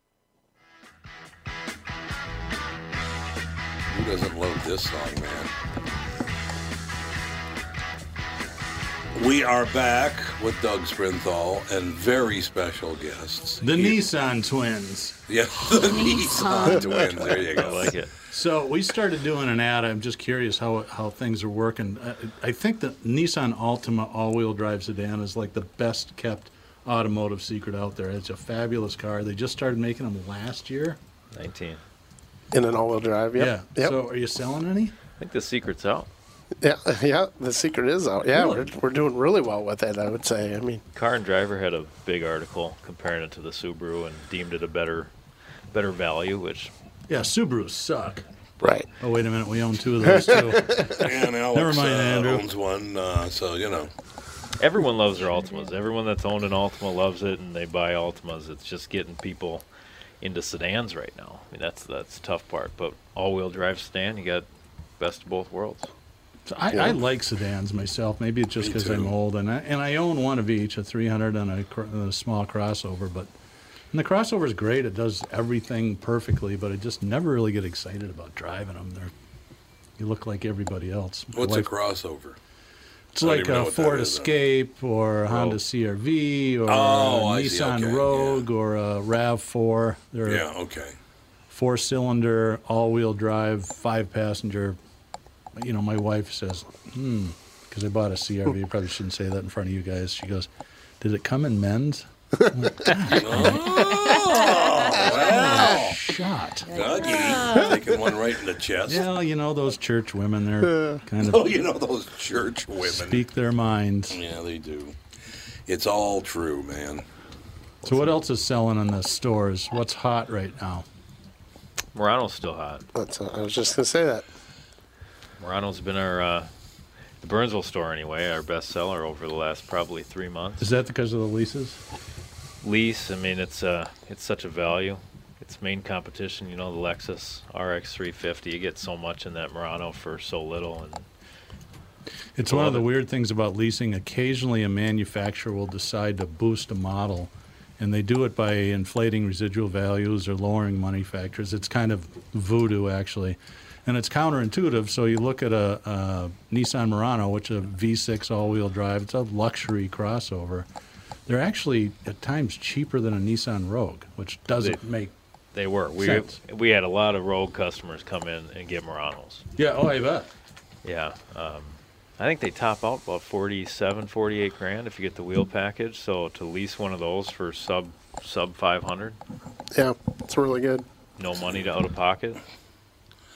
[SPEAKER 1] Who doesn't love this song, man? We are back with Doug Sprinthal and very special guests.
[SPEAKER 2] The
[SPEAKER 1] He-
[SPEAKER 2] Nissan twins.
[SPEAKER 1] (laughs) Yeah, the Nissan twins. There
[SPEAKER 2] (laughs)
[SPEAKER 1] you
[SPEAKER 3] I
[SPEAKER 1] go.
[SPEAKER 3] like it.
[SPEAKER 2] So we started doing an ad. I'm just curious how how things are working. I, I think the Nissan Altima all-wheel drive sedan is like the best kept automotive secret out there. It's a fabulous car. They just started making them last year.
[SPEAKER 3] 19.
[SPEAKER 5] in an all-wheel drive. Yep.
[SPEAKER 2] Yeah.
[SPEAKER 5] Yep.
[SPEAKER 2] So are you selling any?
[SPEAKER 3] I think the secret's out.
[SPEAKER 5] Yeah, (laughs) yeah, the secret is out. Yeah,
[SPEAKER 2] Really?
[SPEAKER 5] we're, we're doing really well with it, I would say. I mean,
[SPEAKER 3] Car and Driver had a big article comparing it to the Subaru and deemed it a better, better value, which
[SPEAKER 2] Yeah, Subarus suck.
[SPEAKER 5] right.
[SPEAKER 2] Oh wait a minute, we own two of those
[SPEAKER 5] (laughs)
[SPEAKER 2] too.
[SPEAKER 1] And Alex
[SPEAKER 2] Never mind,
[SPEAKER 1] uh,
[SPEAKER 2] Andrew.
[SPEAKER 1] owns one, uh, so you know.
[SPEAKER 3] Everyone loves their Altimas. Everyone that's owned an Altima loves it, and they buy Altimas. It's just getting people into sedans right now. I mean, that's that's the tough part. But all-wheel drive sedan, you got best of both worlds.
[SPEAKER 2] So I, I like sedans myself. Maybe it's just
[SPEAKER 1] Me
[SPEAKER 2] because
[SPEAKER 1] too.
[SPEAKER 2] I'm old, and I, and I own one of each, a 300 and a, cr- and a small crossover. But and the crossover is great; it does everything perfectly. But I just never really get excited about driving them. They're you look like everybody else. My
[SPEAKER 1] What's a
[SPEAKER 2] wife-
[SPEAKER 1] crossover?
[SPEAKER 2] it's
[SPEAKER 1] I don't
[SPEAKER 2] like
[SPEAKER 1] even know
[SPEAKER 2] a
[SPEAKER 1] what that
[SPEAKER 2] Ford
[SPEAKER 1] is, then.
[SPEAKER 2] Escape or a Honda
[SPEAKER 3] Rogue.
[SPEAKER 2] CRV or
[SPEAKER 1] Oh,
[SPEAKER 2] a
[SPEAKER 1] I see,
[SPEAKER 2] Nissan
[SPEAKER 1] okay, yeah.
[SPEAKER 2] Rogue or a Rav4. They're
[SPEAKER 1] Yeah, okay.
[SPEAKER 2] four cylinder, all wheel drive, five passenger. You know, my wife says, hmm, because I bought a CRV. I probably shouldn't say that in front of you guys. She goes, Did it come in men's?
[SPEAKER 1] Oh, well,
[SPEAKER 2] shot.
[SPEAKER 1] Dougie taking one right in the chest.
[SPEAKER 2] Yeah, you know those church women. They're kind of
[SPEAKER 1] (laughs) oh, you know those church women.
[SPEAKER 2] speak their minds.
[SPEAKER 1] Yeah, they do. It's all true, man.
[SPEAKER 2] So what else is selling in the stores? What's hot right now?
[SPEAKER 3] Murano's still hot.
[SPEAKER 5] That's, uh, I was just gonna say that.
[SPEAKER 3] Murano's been our uh, the Burnsville store anyway, our best seller over the last probably three months.
[SPEAKER 2] Is that because of the leases?
[SPEAKER 3] Lease, I mean, it's uh, it's such a value. Its main competition, you know, the Lexus RX 350. You get so much in that Murano for so little, and
[SPEAKER 2] It's one of the weird things about leasing. Occasionally, a manufacturer will decide to boost a model, and they do it by inflating residual values or lowering money factors. It's kind of voodoo, actually. And it's counterintuitive. So you look at a, a Nissan Murano, which is a V6 all wheel drive, it's a luxury crossover. They're actually at times cheaper than a Nissan Rogue, which doesn't
[SPEAKER 3] They-
[SPEAKER 2] make
[SPEAKER 3] they were. We
[SPEAKER 2] Sense.
[SPEAKER 3] we had a lot of road customers come in and get Muranos.
[SPEAKER 2] Yeah, oh, I bet.
[SPEAKER 3] Yeah. Um, I think they top out about 47, 48 grand if you get the wheel package. So to lease one of those for sub sub 500,
[SPEAKER 5] Yeah, it's really good.
[SPEAKER 3] no money to out of pocket.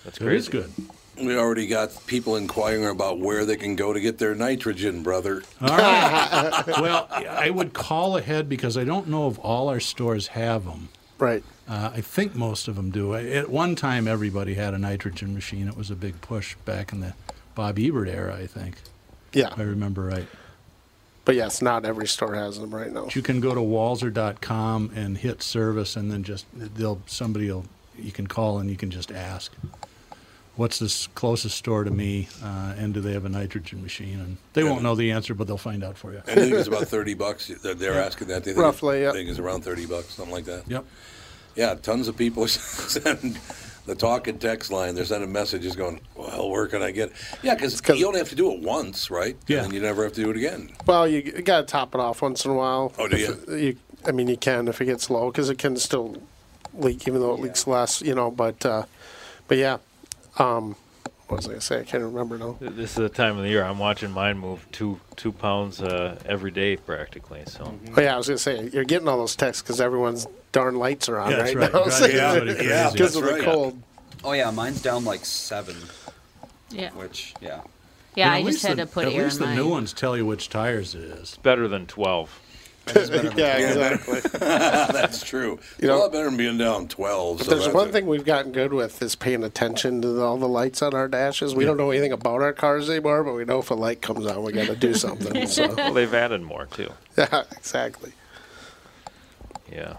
[SPEAKER 3] That's
[SPEAKER 1] That
[SPEAKER 3] crazy.
[SPEAKER 1] is
[SPEAKER 2] good.
[SPEAKER 1] We already got people inquiring about where they can go to get their nitrogen, brother.
[SPEAKER 2] All right. well, I would call ahead because I don't know if all our stores have them.
[SPEAKER 5] Right.
[SPEAKER 2] Uh, I think most of them do. I- At one time, everybody had a nitrogen machine. It was a big push back in the Bob Ebert era, I think.
[SPEAKER 5] Yeah.
[SPEAKER 2] If I remember right.
[SPEAKER 5] But yes, not every store has them right now.
[SPEAKER 2] But you can go to walzer.com and hit service, and then just they'll somebody will you can call and you can just ask, "What's this closest store to me? Uh, and do they have a nitrogen machine?" And they won't know the answer, but they'll find out for you.
[SPEAKER 5] (laughs)
[SPEAKER 1] I think it's about thirty bucks. They're, they're asking that. They think
[SPEAKER 2] Roughly,
[SPEAKER 1] it's-
[SPEAKER 2] yeah.
[SPEAKER 1] I think it's around thirty bucks, something like that.
[SPEAKER 2] Yep.
[SPEAKER 1] Yeah, tons of people (laughs) send the talk and text line. They're sending messages going, "Well, where can I get?" It? Yeah, because you only have to do it once, right? Yeah. And then you never have to do it again.
[SPEAKER 5] Well, you, you got to top it off once in a while.
[SPEAKER 1] Oh, do
[SPEAKER 5] If- you- I mean, you can if it gets low because it can still leak, even though it leaks less, you know. But, uh, but yeah. Um, what was I gonna say? I can't remember now.
[SPEAKER 3] Th- This is the time of the year I'm watching mine move two two pounds uh, every day practically. So
[SPEAKER 5] Oh yeah, I was gonna say you're getting all those texts because everyone's darn lights are on
[SPEAKER 3] Yeah, that's
[SPEAKER 5] right, (laughs)
[SPEAKER 3] right.
[SPEAKER 5] now.
[SPEAKER 3] Driving everybody
[SPEAKER 5] because
[SPEAKER 3] crazy.
[SPEAKER 5] of
[SPEAKER 6] That's
[SPEAKER 5] the
[SPEAKER 6] right.
[SPEAKER 5] cold.
[SPEAKER 6] Oh yeah, mine's down like seven.
[SPEAKER 7] Yeah.
[SPEAKER 6] Which yeah.
[SPEAKER 7] Yeah,
[SPEAKER 2] But at
[SPEAKER 7] I just
[SPEAKER 2] least
[SPEAKER 7] had
[SPEAKER 2] the-
[SPEAKER 7] to put
[SPEAKER 2] At
[SPEAKER 7] air
[SPEAKER 2] least
[SPEAKER 7] in
[SPEAKER 2] the
[SPEAKER 7] mine.
[SPEAKER 2] new ones tell you which tires it is.
[SPEAKER 3] better than 12.
[SPEAKER 5] (laughs) yeah, exactly.
[SPEAKER 1] (laughs) That's true.
[SPEAKER 5] You know-
[SPEAKER 1] it's a lot better than being down twelve.
[SPEAKER 5] But
[SPEAKER 1] so
[SPEAKER 5] there's
[SPEAKER 1] that's
[SPEAKER 5] one
[SPEAKER 1] a-
[SPEAKER 5] thing we've gotten good with is paying attention to the- all the lights on our dashes. We don't know anything about our cars anymore, but we know if a light comes on, we got
[SPEAKER 1] (laughs)
[SPEAKER 5] to do something. so.
[SPEAKER 3] well, they've added more too.
[SPEAKER 5] (laughs) Yeah, exactly.
[SPEAKER 3] Yeah.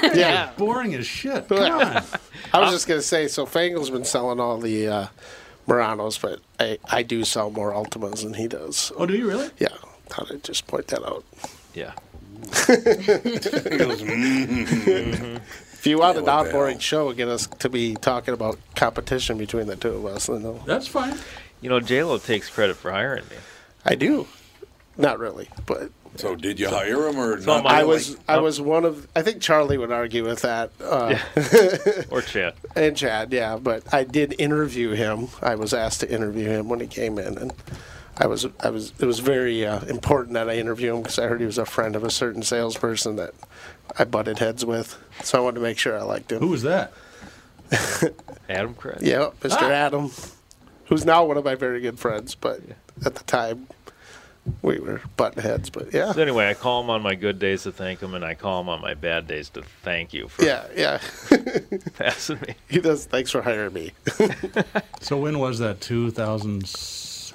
[SPEAKER 5] Yeah.
[SPEAKER 2] Boring as shit.
[SPEAKER 5] I
[SPEAKER 1] Uh,
[SPEAKER 5] was just gonna say, so Fangle's been selling all the uh, Muranos, but I, I do sell more Ultimas than he does. so-
[SPEAKER 2] Oh, do you really?
[SPEAKER 5] Yeah. Thought I'd just point that out.
[SPEAKER 3] Yeah.
[SPEAKER 5] If you want an outboring show, get us to be talking about competition between the two of us. Then they'll-
[SPEAKER 2] That's fine.
[SPEAKER 3] You know, JLo takes credit for hiring me.
[SPEAKER 5] I do. Not really, but
[SPEAKER 1] So did you hire him or
[SPEAKER 3] So
[SPEAKER 1] not?
[SPEAKER 5] I was I was one of I think Charlie would argue with that. Uh,
[SPEAKER 3] or Chad.
[SPEAKER 5] and Chad, yeah, but I did interview him. I was asked to interview him when he came in, and I was I was it was very uh, important that I interview him because I heard he was a friend of a certain salesperson that I butted heads with, so I wanted to make sure I liked him.
[SPEAKER 2] Who was that?
[SPEAKER 3] Adam Craig.
[SPEAKER 5] Yeah, Mr. Adam, who's now one of my very good friends, but at the time we were butting heads. But yeah,
[SPEAKER 3] So anyway, I call him on my good days to thank him, and I call him on my bad days to thank you for
[SPEAKER 5] yeah, yeah.
[SPEAKER 3] (laughs) passing me.
[SPEAKER 5] He does. Thanks for hiring me.
[SPEAKER 2] So when was that? 2000.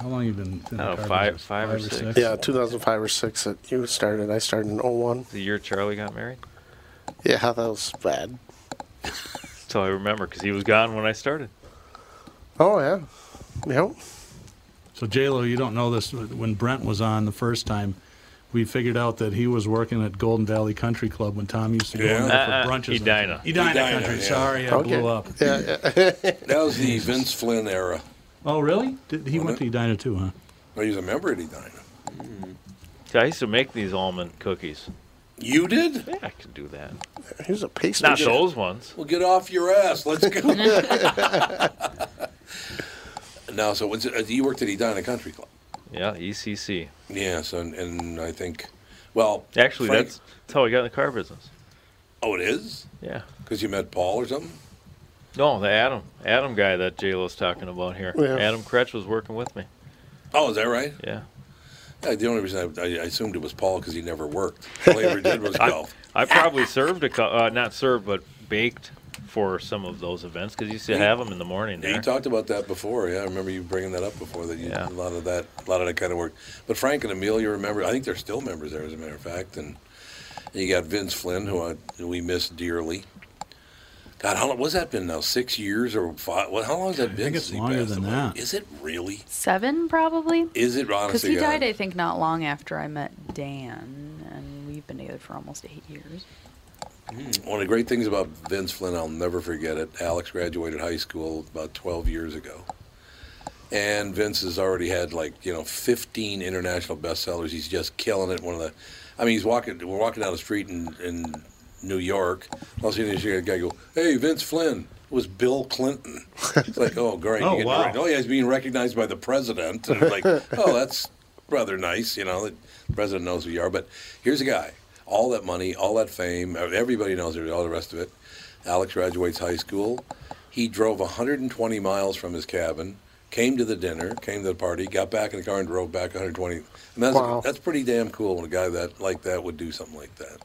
[SPEAKER 2] How long you been? In
[SPEAKER 3] I
[SPEAKER 2] the
[SPEAKER 3] don't know,
[SPEAKER 2] car
[SPEAKER 3] Oh, five-
[SPEAKER 2] business?
[SPEAKER 3] five or six.
[SPEAKER 5] Yeah, 2005 or six that you started. I started in 01.
[SPEAKER 3] The year Charlie got married.
[SPEAKER 5] Yeah, that was bad.
[SPEAKER 3] So I remember because he was gone when I started.
[SPEAKER 5] Oh yeah, yep.
[SPEAKER 2] So JLo, you don't know this. When Brent was on the first time, we figured out that he was working at Golden Valley Country Club when Tom used to go in there for
[SPEAKER 3] (laughs) Uh-uh,
[SPEAKER 2] brunches.
[SPEAKER 3] Edina.
[SPEAKER 2] Edina Country. Sorry, I blew up.
[SPEAKER 1] that was the Vince Flynn era.
[SPEAKER 2] Oh, really? Did, he went to Edina too, huh?
[SPEAKER 1] Oh, he's a member at Edina.
[SPEAKER 3] See, I used to make these almond cookies.
[SPEAKER 1] You did?
[SPEAKER 3] Yeah, I could do that.
[SPEAKER 5] Here's a pastry.
[SPEAKER 3] Not those ones.
[SPEAKER 1] Well, get off your ass.
[SPEAKER 3] (laughs)
[SPEAKER 1] Let's go. no, so what's it, you worked at Edina Country Club.
[SPEAKER 3] Yeah, E ECC.
[SPEAKER 1] Yes, and, and I think, well,
[SPEAKER 3] Actually,
[SPEAKER 1] Frank-
[SPEAKER 3] that's, that's how I got in the car business.
[SPEAKER 1] oh, it is.
[SPEAKER 3] Yeah.
[SPEAKER 1] Because you met Paul or something?
[SPEAKER 3] No, the Adam Adam guy that JLo's talking about here.
[SPEAKER 1] Yeah.
[SPEAKER 3] Adam Kretsch was working with me.
[SPEAKER 1] Oh, is that right?
[SPEAKER 3] Yeah.
[SPEAKER 1] Yeah, the only reason I, I assumed it was Paul because he never worked. All he ever did was
[SPEAKER 3] (laughs) I-
[SPEAKER 1] golf.
[SPEAKER 3] I probably served a cou- uh, not served but baked for some of those events because you used to have them in the morning.
[SPEAKER 1] Yeah, you
[SPEAKER 3] There.
[SPEAKER 1] talked about that before. Yeah, I remember you bringing that up before. That you
[SPEAKER 3] Yeah.
[SPEAKER 1] did a lot of that, a lot of that kind of work. But Frank and Amelia, remember? I think they're still members there, as a matter of fact. And you got Vince Flynn, who, I, who we miss dearly. God, how long was that been now? Six years or five? Well, how long has that been?
[SPEAKER 2] it's
[SPEAKER 1] since he
[SPEAKER 2] longer
[SPEAKER 1] passed
[SPEAKER 2] than
[SPEAKER 1] away?
[SPEAKER 2] that.
[SPEAKER 1] Is it really?
[SPEAKER 4] Seven, probably.
[SPEAKER 1] Is it honestly?
[SPEAKER 4] Because he
[SPEAKER 1] God?
[SPEAKER 4] died, I think, not long after I met Dan, and we've been together for almost eight years.
[SPEAKER 1] One of the great things about Vince Flynn, I'll never forget it. Alex graduated high school about 12 years ago. And Vince has already had like, you know, 15 international bestsellers. He's just killing it. One of the, I mean, he's walking, we're walking down the street in, in New York. All of a sudden, you hear a guy go, hey, Vince Flynn. It was Bill Clinton. It's like, oh,
[SPEAKER 2] (laughs)
[SPEAKER 1] great.
[SPEAKER 2] Oh,
[SPEAKER 1] You get to
[SPEAKER 2] wow.
[SPEAKER 1] rec- oh, yeah, he's being recognized by the president.
[SPEAKER 2] (laughs)
[SPEAKER 1] And like, oh, that's rather nice. You know, the president knows who you are. But here's a guy. All that money, all that fame, everybody knows it, all the rest of it. Alex graduates high school. He drove 120 miles from his cabin, came to the dinner, came to the party, got back in the car and drove back 120. And that's,
[SPEAKER 5] Wow.
[SPEAKER 1] that's pretty damn cool when a guy that like that would do something like that.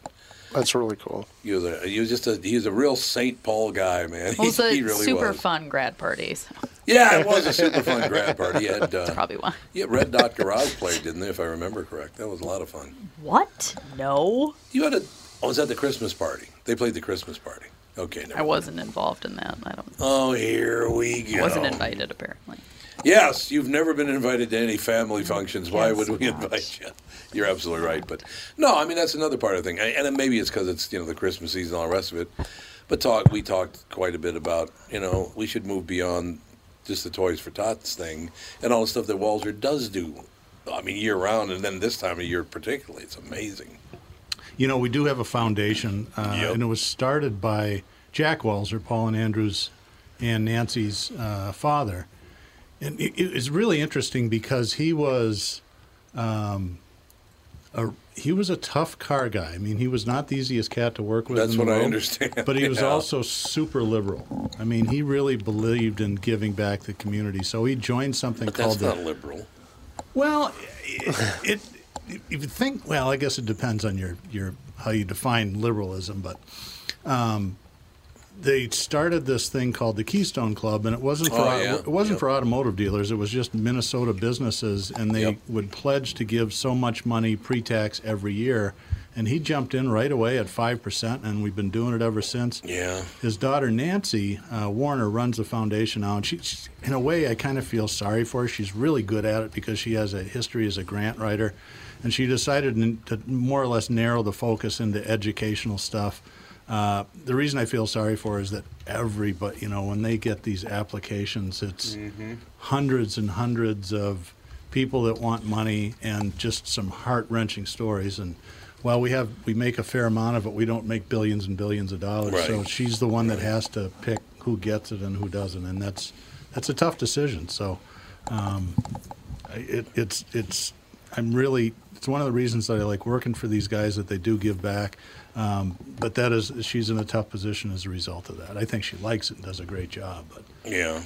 [SPEAKER 5] That's really cool.
[SPEAKER 1] He was, a, he was just a he was a real Saint Paul guy, man. (laughs)
[SPEAKER 4] It was
[SPEAKER 1] he,
[SPEAKER 4] a
[SPEAKER 1] he really
[SPEAKER 4] super
[SPEAKER 1] was.
[SPEAKER 4] fun grad parties.
[SPEAKER 1] Yeah, it was
[SPEAKER 4] (laughs)
[SPEAKER 1] a super fun grad party. You had, uh,
[SPEAKER 4] probably why.
[SPEAKER 1] Yeah, Red Dot Garage played, didn't they? If I remember correct, that was a lot of fun.
[SPEAKER 4] What? No.
[SPEAKER 1] You had a. Oh, was that the Christmas party? They played the Christmas party. Okay, never
[SPEAKER 4] I wasn't involved in that. I don't.
[SPEAKER 1] Oh, here we go.
[SPEAKER 4] Wasn't invited apparently.
[SPEAKER 1] Yes, you've never been invited to any family functions. Why would we invite you? You're absolutely right. But no, I mean that's another part of the thing, and and maybe it's because it's you know the Christmas season and all the rest of it. But talk we talked quite a bit about you know we should move beyond just the toys for tots thing and all the stuff that Walzer does do. I mean year round, and then this time of year particularly, it's amazing.
[SPEAKER 2] You know, we do have a foundation, uh, and it was started by Jack Walzer, Paul and Andrew's and Nancy's uh, father. And it, it- it's really interesting because he was, um, a, he was a tough car guy. I mean, he was not the easiest cat to work with.
[SPEAKER 1] That's
[SPEAKER 2] in the
[SPEAKER 1] what I
[SPEAKER 2] world,
[SPEAKER 1] understand,
[SPEAKER 2] But he was
[SPEAKER 1] (laughs) yeah.
[SPEAKER 2] also super liberal. I mean, he really believed in giving back the community. So he joined something
[SPEAKER 1] But
[SPEAKER 2] called
[SPEAKER 1] that's
[SPEAKER 2] the
[SPEAKER 1] not liberal.
[SPEAKER 2] well, it, it, if you think, well, I guess it depends on your, your how you define liberalism, but um, they started this thing called the Keystone Club, and it wasn't for
[SPEAKER 10] Oh,
[SPEAKER 2] auto-
[SPEAKER 10] yeah.
[SPEAKER 2] it wasn't for automotive dealers. It was just Minnesota businesses, and they would pledge to give so much money pre-tax every year. And he jumped in right away at five percent, and we've been doing it ever since.
[SPEAKER 1] Yeah.
[SPEAKER 2] His daughter Nancy uh, Warner runs the foundation now, and she, she, in a way, I kind of feel sorry for her. She's really good at it because she has a history as a grant writer, and she decided n- to more or less narrow the focus into educational stuff. Uh, the reason I feel sorry for her is that everybody, you know, when they get these applications, it's
[SPEAKER 10] Mhm.
[SPEAKER 2] hundreds and hundreds of people that want money and just some heart wrenching stories. And while we have we make a fair amount of it, we don't make billions and billions of dollars. So
[SPEAKER 1] Right.
[SPEAKER 2] she's the one that has to pick who gets it and who doesn't, and that's that's a tough decision. So um, I- it, it's it's I'm really it's one of the reasons that I like working for these guys that they do give back. Um, but that is she's in a tough position as a result of that. I think she likes it and does a great job, but.
[SPEAKER 1] Yeah.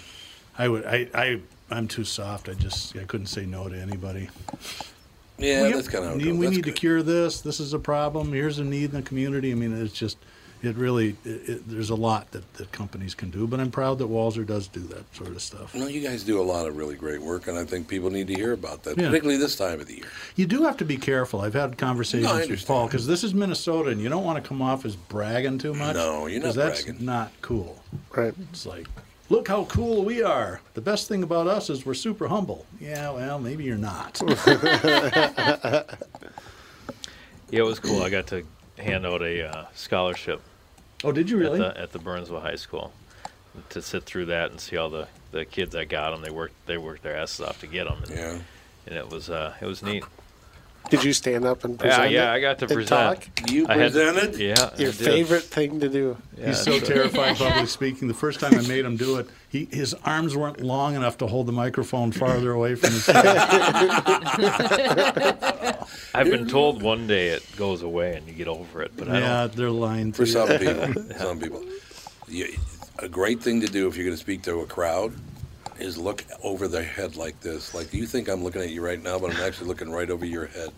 [SPEAKER 2] I would. I. I. I'm too soft. I just. I couldn't say no to anybody.
[SPEAKER 1] Yeah,
[SPEAKER 2] We-
[SPEAKER 1] that's kind of how it
[SPEAKER 2] We
[SPEAKER 1] goes. That's
[SPEAKER 2] need to cure this. This is a problem. Here's a need in the community. I mean, it's just. It really. It, it, there's a lot that, that companies can do, but I'm proud that Walzer does do that sort of stuff.
[SPEAKER 1] No, you guys do a lot of really great work, and I think people need to hear about that,
[SPEAKER 2] Yeah.
[SPEAKER 1] particularly this time of the year.
[SPEAKER 2] You do have to be careful. I've had conversations
[SPEAKER 1] No, I
[SPEAKER 2] with Paul because this is Minnesota, and you don't want to come off as bragging too much.
[SPEAKER 1] No, you're not
[SPEAKER 2] 'cause that's
[SPEAKER 1] bragging.
[SPEAKER 2] Not cool.
[SPEAKER 5] Right.
[SPEAKER 2] It's like, look how cool we are. The best thing about us is we're super humble. Yeah, well, maybe you're not.
[SPEAKER 3] Yeah, it was cool. I got to hand out a uh, scholarship.
[SPEAKER 2] Oh, did you really?
[SPEAKER 3] At the, at the Burnsville High School, to sit through that and see all the, the kids that got them. They worked they worked their asses off to get them. And,
[SPEAKER 1] yeah.
[SPEAKER 3] And it was uh, it was neat.
[SPEAKER 5] Did you stand up and
[SPEAKER 3] Yeah,
[SPEAKER 5] present?
[SPEAKER 3] yeah,
[SPEAKER 5] it
[SPEAKER 3] I got to
[SPEAKER 5] and
[SPEAKER 3] present.
[SPEAKER 5] talk?
[SPEAKER 3] You I had- presented? yeah, I
[SPEAKER 5] Your
[SPEAKER 3] did.
[SPEAKER 5] favorite thing to do.
[SPEAKER 2] He's so terrified public speaking. The first time I made him do it, he his arms weren't long enough to hold the microphone farther away from
[SPEAKER 3] (laughs)
[SPEAKER 2] his face.
[SPEAKER 3] I've been told one day it goes away and you get over it, but I
[SPEAKER 2] yeah,
[SPEAKER 3] don't.
[SPEAKER 2] they're lying
[SPEAKER 3] For
[SPEAKER 2] to
[SPEAKER 3] some
[SPEAKER 2] you.
[SPEAKER 1] people. Some people. You, a great thing to do if you're going to speak to a crowd is look over their head like this. Like you think I'm looking at you right now, but I'm actually looking right over your head.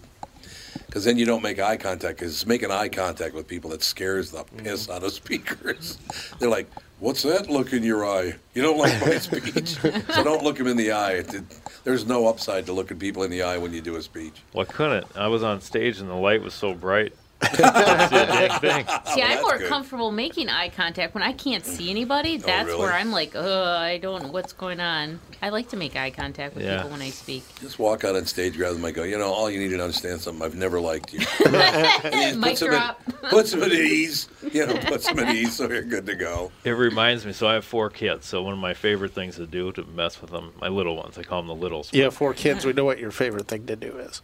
[SPEAKER 1] Because then you don't make eye contact. Because making eye contact with people that scares the piss out of speakers. (laughs) They're like, "What's that look in your eye? You don't like my speech, so don't look them in the eye." It- it- there's no upside to looking people in the eye when you do a speech.
[SPEAKER 3] Well, I couldn't. I was on stage and the light was so bright. I couldn't see a dang thing.
[SPEAKER 7] See, I'm more comfortable making eye contact when I can't see anybody. That's
[SPEAKER 3] really?
[SPEAKER 7] where I'm like, oh, I don't know what's going on. I like to make eye contact with
[SPEAKER 1] Yeah.
[SPEAKER 7] people when I speak.
[SPEAKER 1] Just walk out on stage, grab them, and go, you know, all you needed to understand something. I've
[SPEAKER 4] (laughs)
[SPEAKER 1] never liked you. (laughs)
[SPEAKER 7] Mic
[SPEAKER 1] puts them
[SPEAKER 7] drop.
[SPEAKER 1] At, (laughs) puts them at ease.
[SPEAKER 4] (laughs)
[SPEAKER 1] You know, puts them at ease so you're good to go.
[SPEAKER 3] It reminds me. So I have four kids. So one of my favorite things to do to mess with them, my little ones, I call them the littles.
[SPEAKER 5] You have four kids. We know what your favorite thing to do is.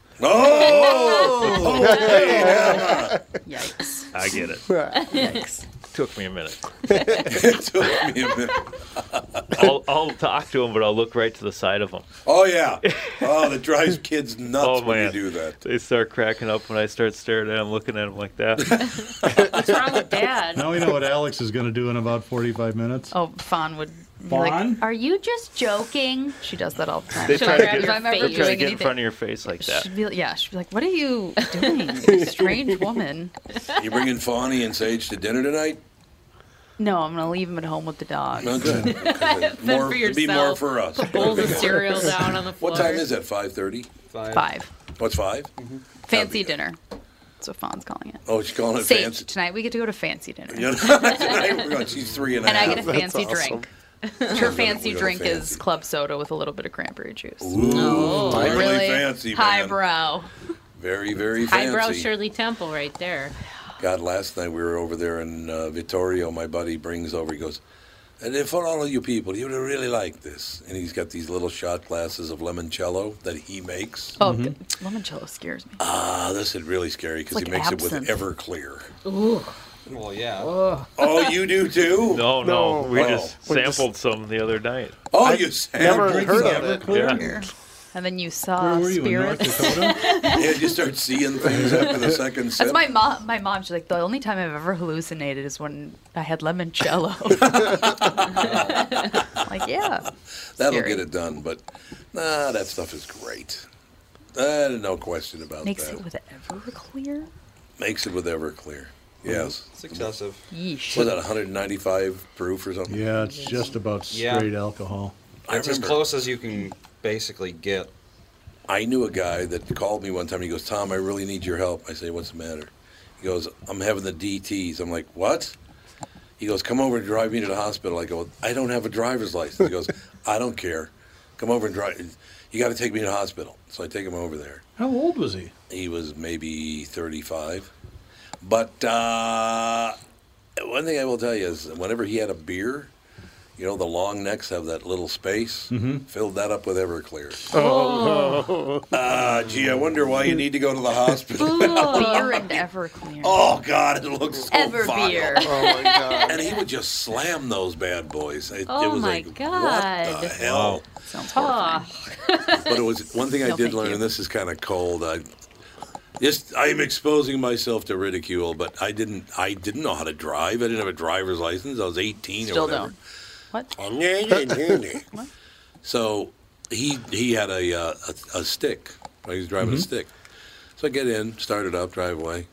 [SPEAKER 1] Oh! (laughs) okay, yeah.
[SPEAKER 4] Yikes.
[SPEAKER 3] I get
[SPEAKER 5] (laughs)
[SPEAKER 3] it.
[SPEAKER 4] Yikes.
[SPEAKER 3] Took me a minute.
[SPEAKER 1] it took me a minute.
[SPEAKER 3] I'll, I'll talk to them, but I'll look right to the side of them.
[SPEAKER 1] Oh yeah. Oh, that drives kids nuts
[SPEAKER 3] Oh,
[SPEAKER 1] when you
[SPEAKER 3] man.
[SPEAKER 1] do that.
[SPEAKER 3] They start cracking up when I start staring at them, looking at them like that.
[SPEAKER 7] (laughs) What's wrong with dad?
[SPEAKER 2] Now we know what Alex is going to do in about 45 minutes.
[SPEAKER 4] Oh, Fawn would be
[SPEAKER 2] Fawn?
[SPEAKER 4] like, "Are you just joking?" She does that all the time.
[SPEAKER 3] They
[SPEAKER 4] She'll
[SPEAKER 3] try
[SPEAKER 4] be
[SPEAKER 3] to
[SPEAKER 4] like,
[SPEAKER 3] get,
[SPEAKER 4] "If I'm
[SPEAKER 3] they
[SPEAKER 4] ever
[SPEAKER 3] try
[SPEAKER 4] doing
[SPEAKER 3] to get in
[SPEAKER 4] anything-
[SPEAKER 3] front of your face like that.
[SPEAKER 4] She'd be, yeah, she'd be like, "What are you doing,
[SPEAKER 3] (laughs)
[SPEAKER 4] you strange woman?"
[SPEAKER 1] You bringing Fawny and Sage to dinner tonight?
[SPEAKER 4] No, I'm gonna leave him at home with the dogs. (laughs)
[SPEAKER 1] No good.
[SPEAKER 4] Fend
[SPEAKER 1] More,
[SPEAKER 4] for
[SPEAKER 1] it'd be more
[SPEAKER 4] yourself.
[SPEAKER 1] for us.
[SPEAKER 4] Put bowls of cereal down on the
[SPEAKER 1] What
[SPEAKER 4] floor.
[SPEAKER 1] time is that? Five thirty.
[SPEAKER 4] Five.
[SPEAKER 1] What's 5
[SPEAKER 4] Mm-hmm. Fancy dinner. That's what Fawn's calling it.
[SPEAKER 1] Oh, she's calling it
[SPEAKER 4] Sage,
[SPEAKER 1] fancy.
[SPEAKER 4] tonight we get to go to fancy dinner.
[SPEAKER 1] You know, (laughs) tonight we're going- she's three and a
[SPEAKER 4] and I
[SPEAKER 1] half.
[SPEAKER 4] get a fancy
[SPEAKER 1] (laughs)
[SPEAKER 4] drink. Her
[SPEAKER 1] Sounds like
[SPEAKER 4] fancy
[SPEAKER 1] real
[SPEAKER 4] drink
[SPEAKER 1] fancy.
[SPEAKER 4] is club soda with a little bit of cranberry juice.
[SPEAKER 1] Ooh,
[SPEAKER 7] Oh.
[SPEAKER 1] really,
[SPEAKER 4] really
[SPEAKER 1] fancy, man.
[SPEAKER 4] highbrow.
[SPEAKER 1] Very, very fancy.
[SPEAKER 7] Highbrow Shirley Temple right there.
[SPEAKER 1] God, last night we were over there in uh, Vittorio. My buddy brings over. He goes, and if for all of you people, you would really like this. And he's got these little shot glasses of limoncello that he makes.
[SPEAKER 4] Oh, d- limoncello scares me.
[SPEAKER 1] Mm-hmm. Ah, this is really scary because
[SPEAKER 4] It's
[SPEAKER 1] he
[SPEAKER 4] like
[SPEAKER 1] makes it with
[SPEAKER 4] absinthe.
[SPEAKER 1] Everclear.
[SPEAKER 4] Ooh.
[SPEAKER 6] Well, yeah.
[SPEAKER 1] Oh, you do too?
[SPEAKER 3] (laughs) No, no, we
[SPEAKER 1] Oh.
[SPEAKER 3] just
[SPEAKER 1] We just-
[SPEAKER 3] sampled some some the other night.
[SPEAKER 1] Oh, you sampled
[SPEAKER 3] Yeah.
[SPEAKER 4] And then you saw
[SPEAKER 3] were you, in North
[SPEAKER 4] spirits.
[SPEAKER 1] yeah, you start seeing things after the second sip.
[SPEAKER 4] That's my mom. My mom. She's like, the only time I've ever hallucinated is when I had
[SPEAKER 1] (laughs)
[SPEAKER 4] limoncello. (laughs) like, yeah.
[SPEAKER 1] That'll
[SPEAKER 4] Scary.
[SPEAKER 1] get it done, but nah, that stuff is great. Uh, no question about
[SPEAKER 4] Makes
[SPEAKER 1] that.
[SPEAKER 4] it with Everclear.
[SPEAKER 1] Makes it with Everclear. Yes.
[SPEAKER 6] It's excessive.
[SPEAKER 4] Yeesh.
[SPEAKER 1] Was that 195 proof or something?
[SPEAKER 2] Yeah, it's just about
[SPEAKER 6] Yeah.
[SPEAKER 2] straight alcohol.
[SPEAKER 1] I
[SPEAKER 6] It's as
[SPEAKER 1] remember.
[SPEAKER 6] close as you can basically get.
[SPEAKER 1] I knew a guy that called me one time. He goes, Tom, I really need your help. I say, What's the matter? He goes, I'm having the DTs. I'm like, What? He goes, Come over and drive me to the hospital. I go, I don't have a driver's license. He goes, I don't care. Come over and drive. You got to take me to the hospital. So I take him over there.
[SPEAKER 2] How old was he?
[SPEAKER 1] He was maybe 35. But uh, one thing I will tell you is whenever he had a beer, you know, the long necks have that little space.
[SPEAKER 2] Mhm.
[SPEAKER 1] Filled that up with Everclear.
[SPEAKER 2] Oh.
[SPEAKER 1] Ah, gee, I wonder why you need to go to the hospital.
[SPEAKER 4] Beer and Everclear.
[SPEAKER 1] (laughs) oh, God, it looks so
[SPEAKER 4] Ever
[SPEAKER 1] vile.
[SPEAKER 4] beer.
[SPEAKER 5] Oh,
[SPEAKER 2] (laughs)
[SPEAKER 1] And he would just slam those bad boys. It,
[SPEAKER 7] Oh
[SPEAKER 1] it was
[SPEAKER 7] my
[SPEAKER 1] like, what
[SPEAKER 7] God.
[SPEAKER 1] the hell?
[SPEAKER 4] Ah,
[SPEAKER 7] Oh,
[SPEAKER 1] (laughs) but it was one thing I
[SPEAKER 7] No,
[SPEAKER 1] did
[SPEAKER 7] thank
[SPEAKER 1] learn,
[SPEAKER 7] you.
[SPEAKER 1] and this is kind of cold. I just I'm exposing myself to ridicule, but I didn't I didn't know how to drive. I didn't have a driver's license. I was 18 or
[SPEAKER 4] Still
[SPEAKER 1] whatever.
[SPEAKER 4] What?
[SPEAKER 1] (laughs) What? so he he had a uh, a, a stick. Right? He was driving a
[SPEAKER 10] Mhm.
[SPEAKER 1] stick. So I get in, start it up, drive away.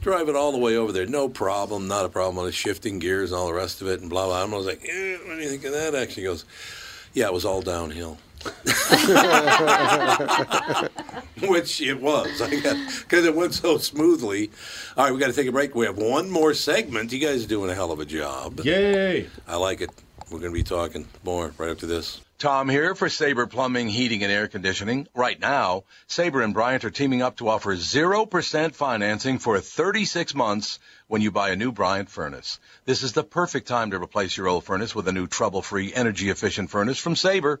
[SPEAKER 1] Drive it all the way over there, no problem, not a problem. I was shifting gears and all the rest of it, and blah blah. And I was like, eh, "What do you think of that?" Actually, He goes, "Yeah, it was all downhill." (laughs) Which it was, because it went so smoothly. All right, we got to take a break. We have one more segment. You guys are doing a hell of a job.
[SPEAKER 2] Yay!
[SPEAKER 1] I like it. We're going to be talking more right after this. Tom here for Sabre Plumbing, Heating, and Air Conditioning. Right now, Sabre and Bryant are teaming up to offer 0% financing for 36 months when you buy a new Bryant furnace. This is the perfect time to replace your old furnace with a new trouble free, energy efficient furnace from Sabre.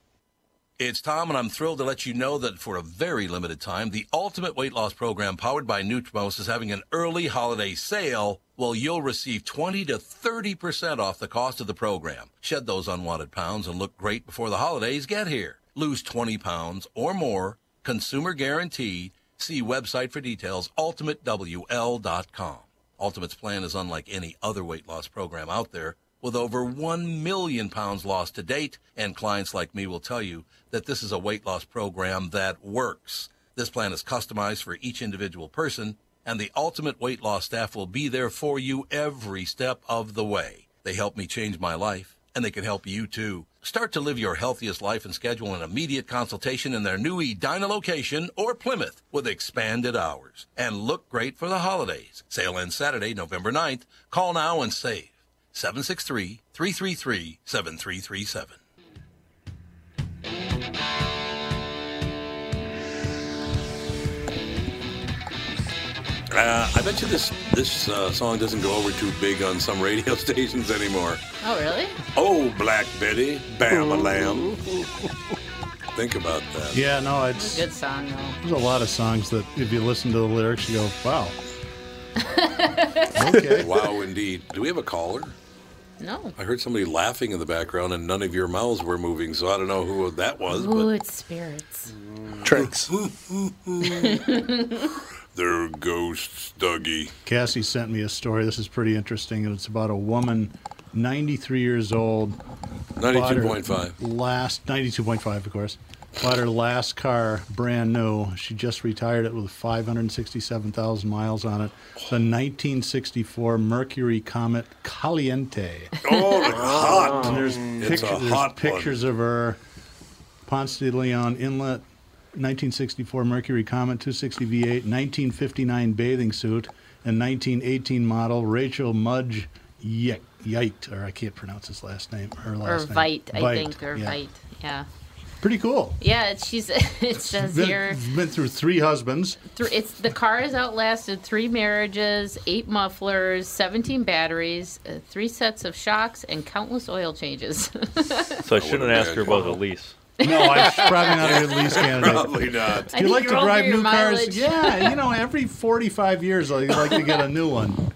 [SPEAKER 1] It's Tom, and I'm thrilled to let you know that for a very limited time, the Ultimate Weight Loss Program powered by Nutrimos is having an early holiday sale. Well, you'll receive 20 to 30% off the cost of the program. Shed those unwanted pounds and look great before the holidays get here. Lose 20 pounds or more. Consumer guarantee. See website for details, ultimatewl.com. Ultimate's plan is unlike any other weight loss program out there, with over 1 million pounds lost to date. And clients like me will tell you that this is a weight loss program that works. This plan is customized for each individual person, and the Ultimate Weight Loss staff will be there for you every step of the way. They helped me change my life, and they can help you too. Start to live your healthiest life and schedule an immediate consultation in their new Edina location or Plymouth with expanded hours. And look great for the holidays. Sale ends Saturday, November 9th. Call now and save 763 333 7337. Uh, I bet you this this uh, song doesn't go over too big on some radio (laughs) stations anymore.
[SPEAKER 7] Oh, really?
[SPEAKER 1] Oh, Black Betty, Bam a Lamb. Think about that.
[SPEAKER 2] Yeah, no,
[SPEAKER 7] It's
[SPEAKER 2] it's
[SPEAKER 7] a good song, though.
[SPEAKER 2] there's a lot of songs that if you listen to the lyrics, you go, wow. okay.
[SPEAKER 11] Wow, indeed. Do we have a caller?
[SPEAKER 7] No.
[SPEAKER 11] I heard somebody laughing in the background, and none of your mouths were moving, so I don't know who that was.
[SPEAKER 7] Ooh, it's spirits.
[SPEAKER 11] But
[SPEAKER 12] Tricks.
[SPEAKER 11] They're ghosts, Dougie.
[SPEAKER 2] Cassie sent me a story. This is pretty interesting, and it's about a woman, 93 years old. bought her
[SPEAKER 11] 92.5.
[SPEAKER 2] Last 92.5, of course. Bought her last car, brand new. She just retired it with 567,000 miles on it. The 1964 Mercury Comet Caliente.
[SPEAKER 11] Oh, it's hot.
[SPEAKER 2] And there's
[SPEAKER 11] it's
[SPEAKER 2] pictu-
[SPEAKER 11] a
[SPEAKER 2] there's
[SPEAKER 11] hot one.
[SPEAKER 2] pictures of her, Ponce de Leon Inlet, 1964 Mercury Comet 260 V8, 1959 bathing suit, and 1918 model Rachel Mudge Yik- Yite, or I can't pronounce his last name. Her
[SPEAKER 7] Or
[SPEAKER 2] last name.
[SPEAKER 7] Vite, I
[SPEAKER 2] Veit,
[SPEAKER 7] think, or
[SPEAKER 2] yeah.
[SPEAKER 7] Vite. Yeah.
[SPEAKER 2] Pretty cool.
[SPEAKER 7] Yeah, it's, she's. (laughs) it says here.
[SPEAKER 2] Been, been through
[SPEAKER 11] (laughs)
[SPEAKER 2] three husbands.
[SPEAKER 7] Three, it's the car has outlasted three marriages, eight mufflers, seventeen batteries, uh, three sets of shocks, and countless oil changes. (laughs)
[SPEAKER 3] So I shouldn't ask her about the lease.
[SPEAKER 2] No, I'm (laughs) probably not a
[SPEAKER 11] (laughs)
[SPEAKER 2] good lease candidate.
[SPEAKER 11] Probably not.
[SPEAKER 2] (laughs)
[SPEAKER 7] I
[SPEAKER 2] you
[SPEAKER 7] think
[SPEAKER 2] like to
[SPEAKER 7] you're over
[SPEAKER 2] drive
[SPEAKER 7] your
[SPEAKER 2] new
[SPEAKER 7] mileage.
[SPEAKER 2] cars? Yeah, you know, every 45 years, I like to get a new
[SPEAKER 7] (laughs)
[SPEAKER 2] one.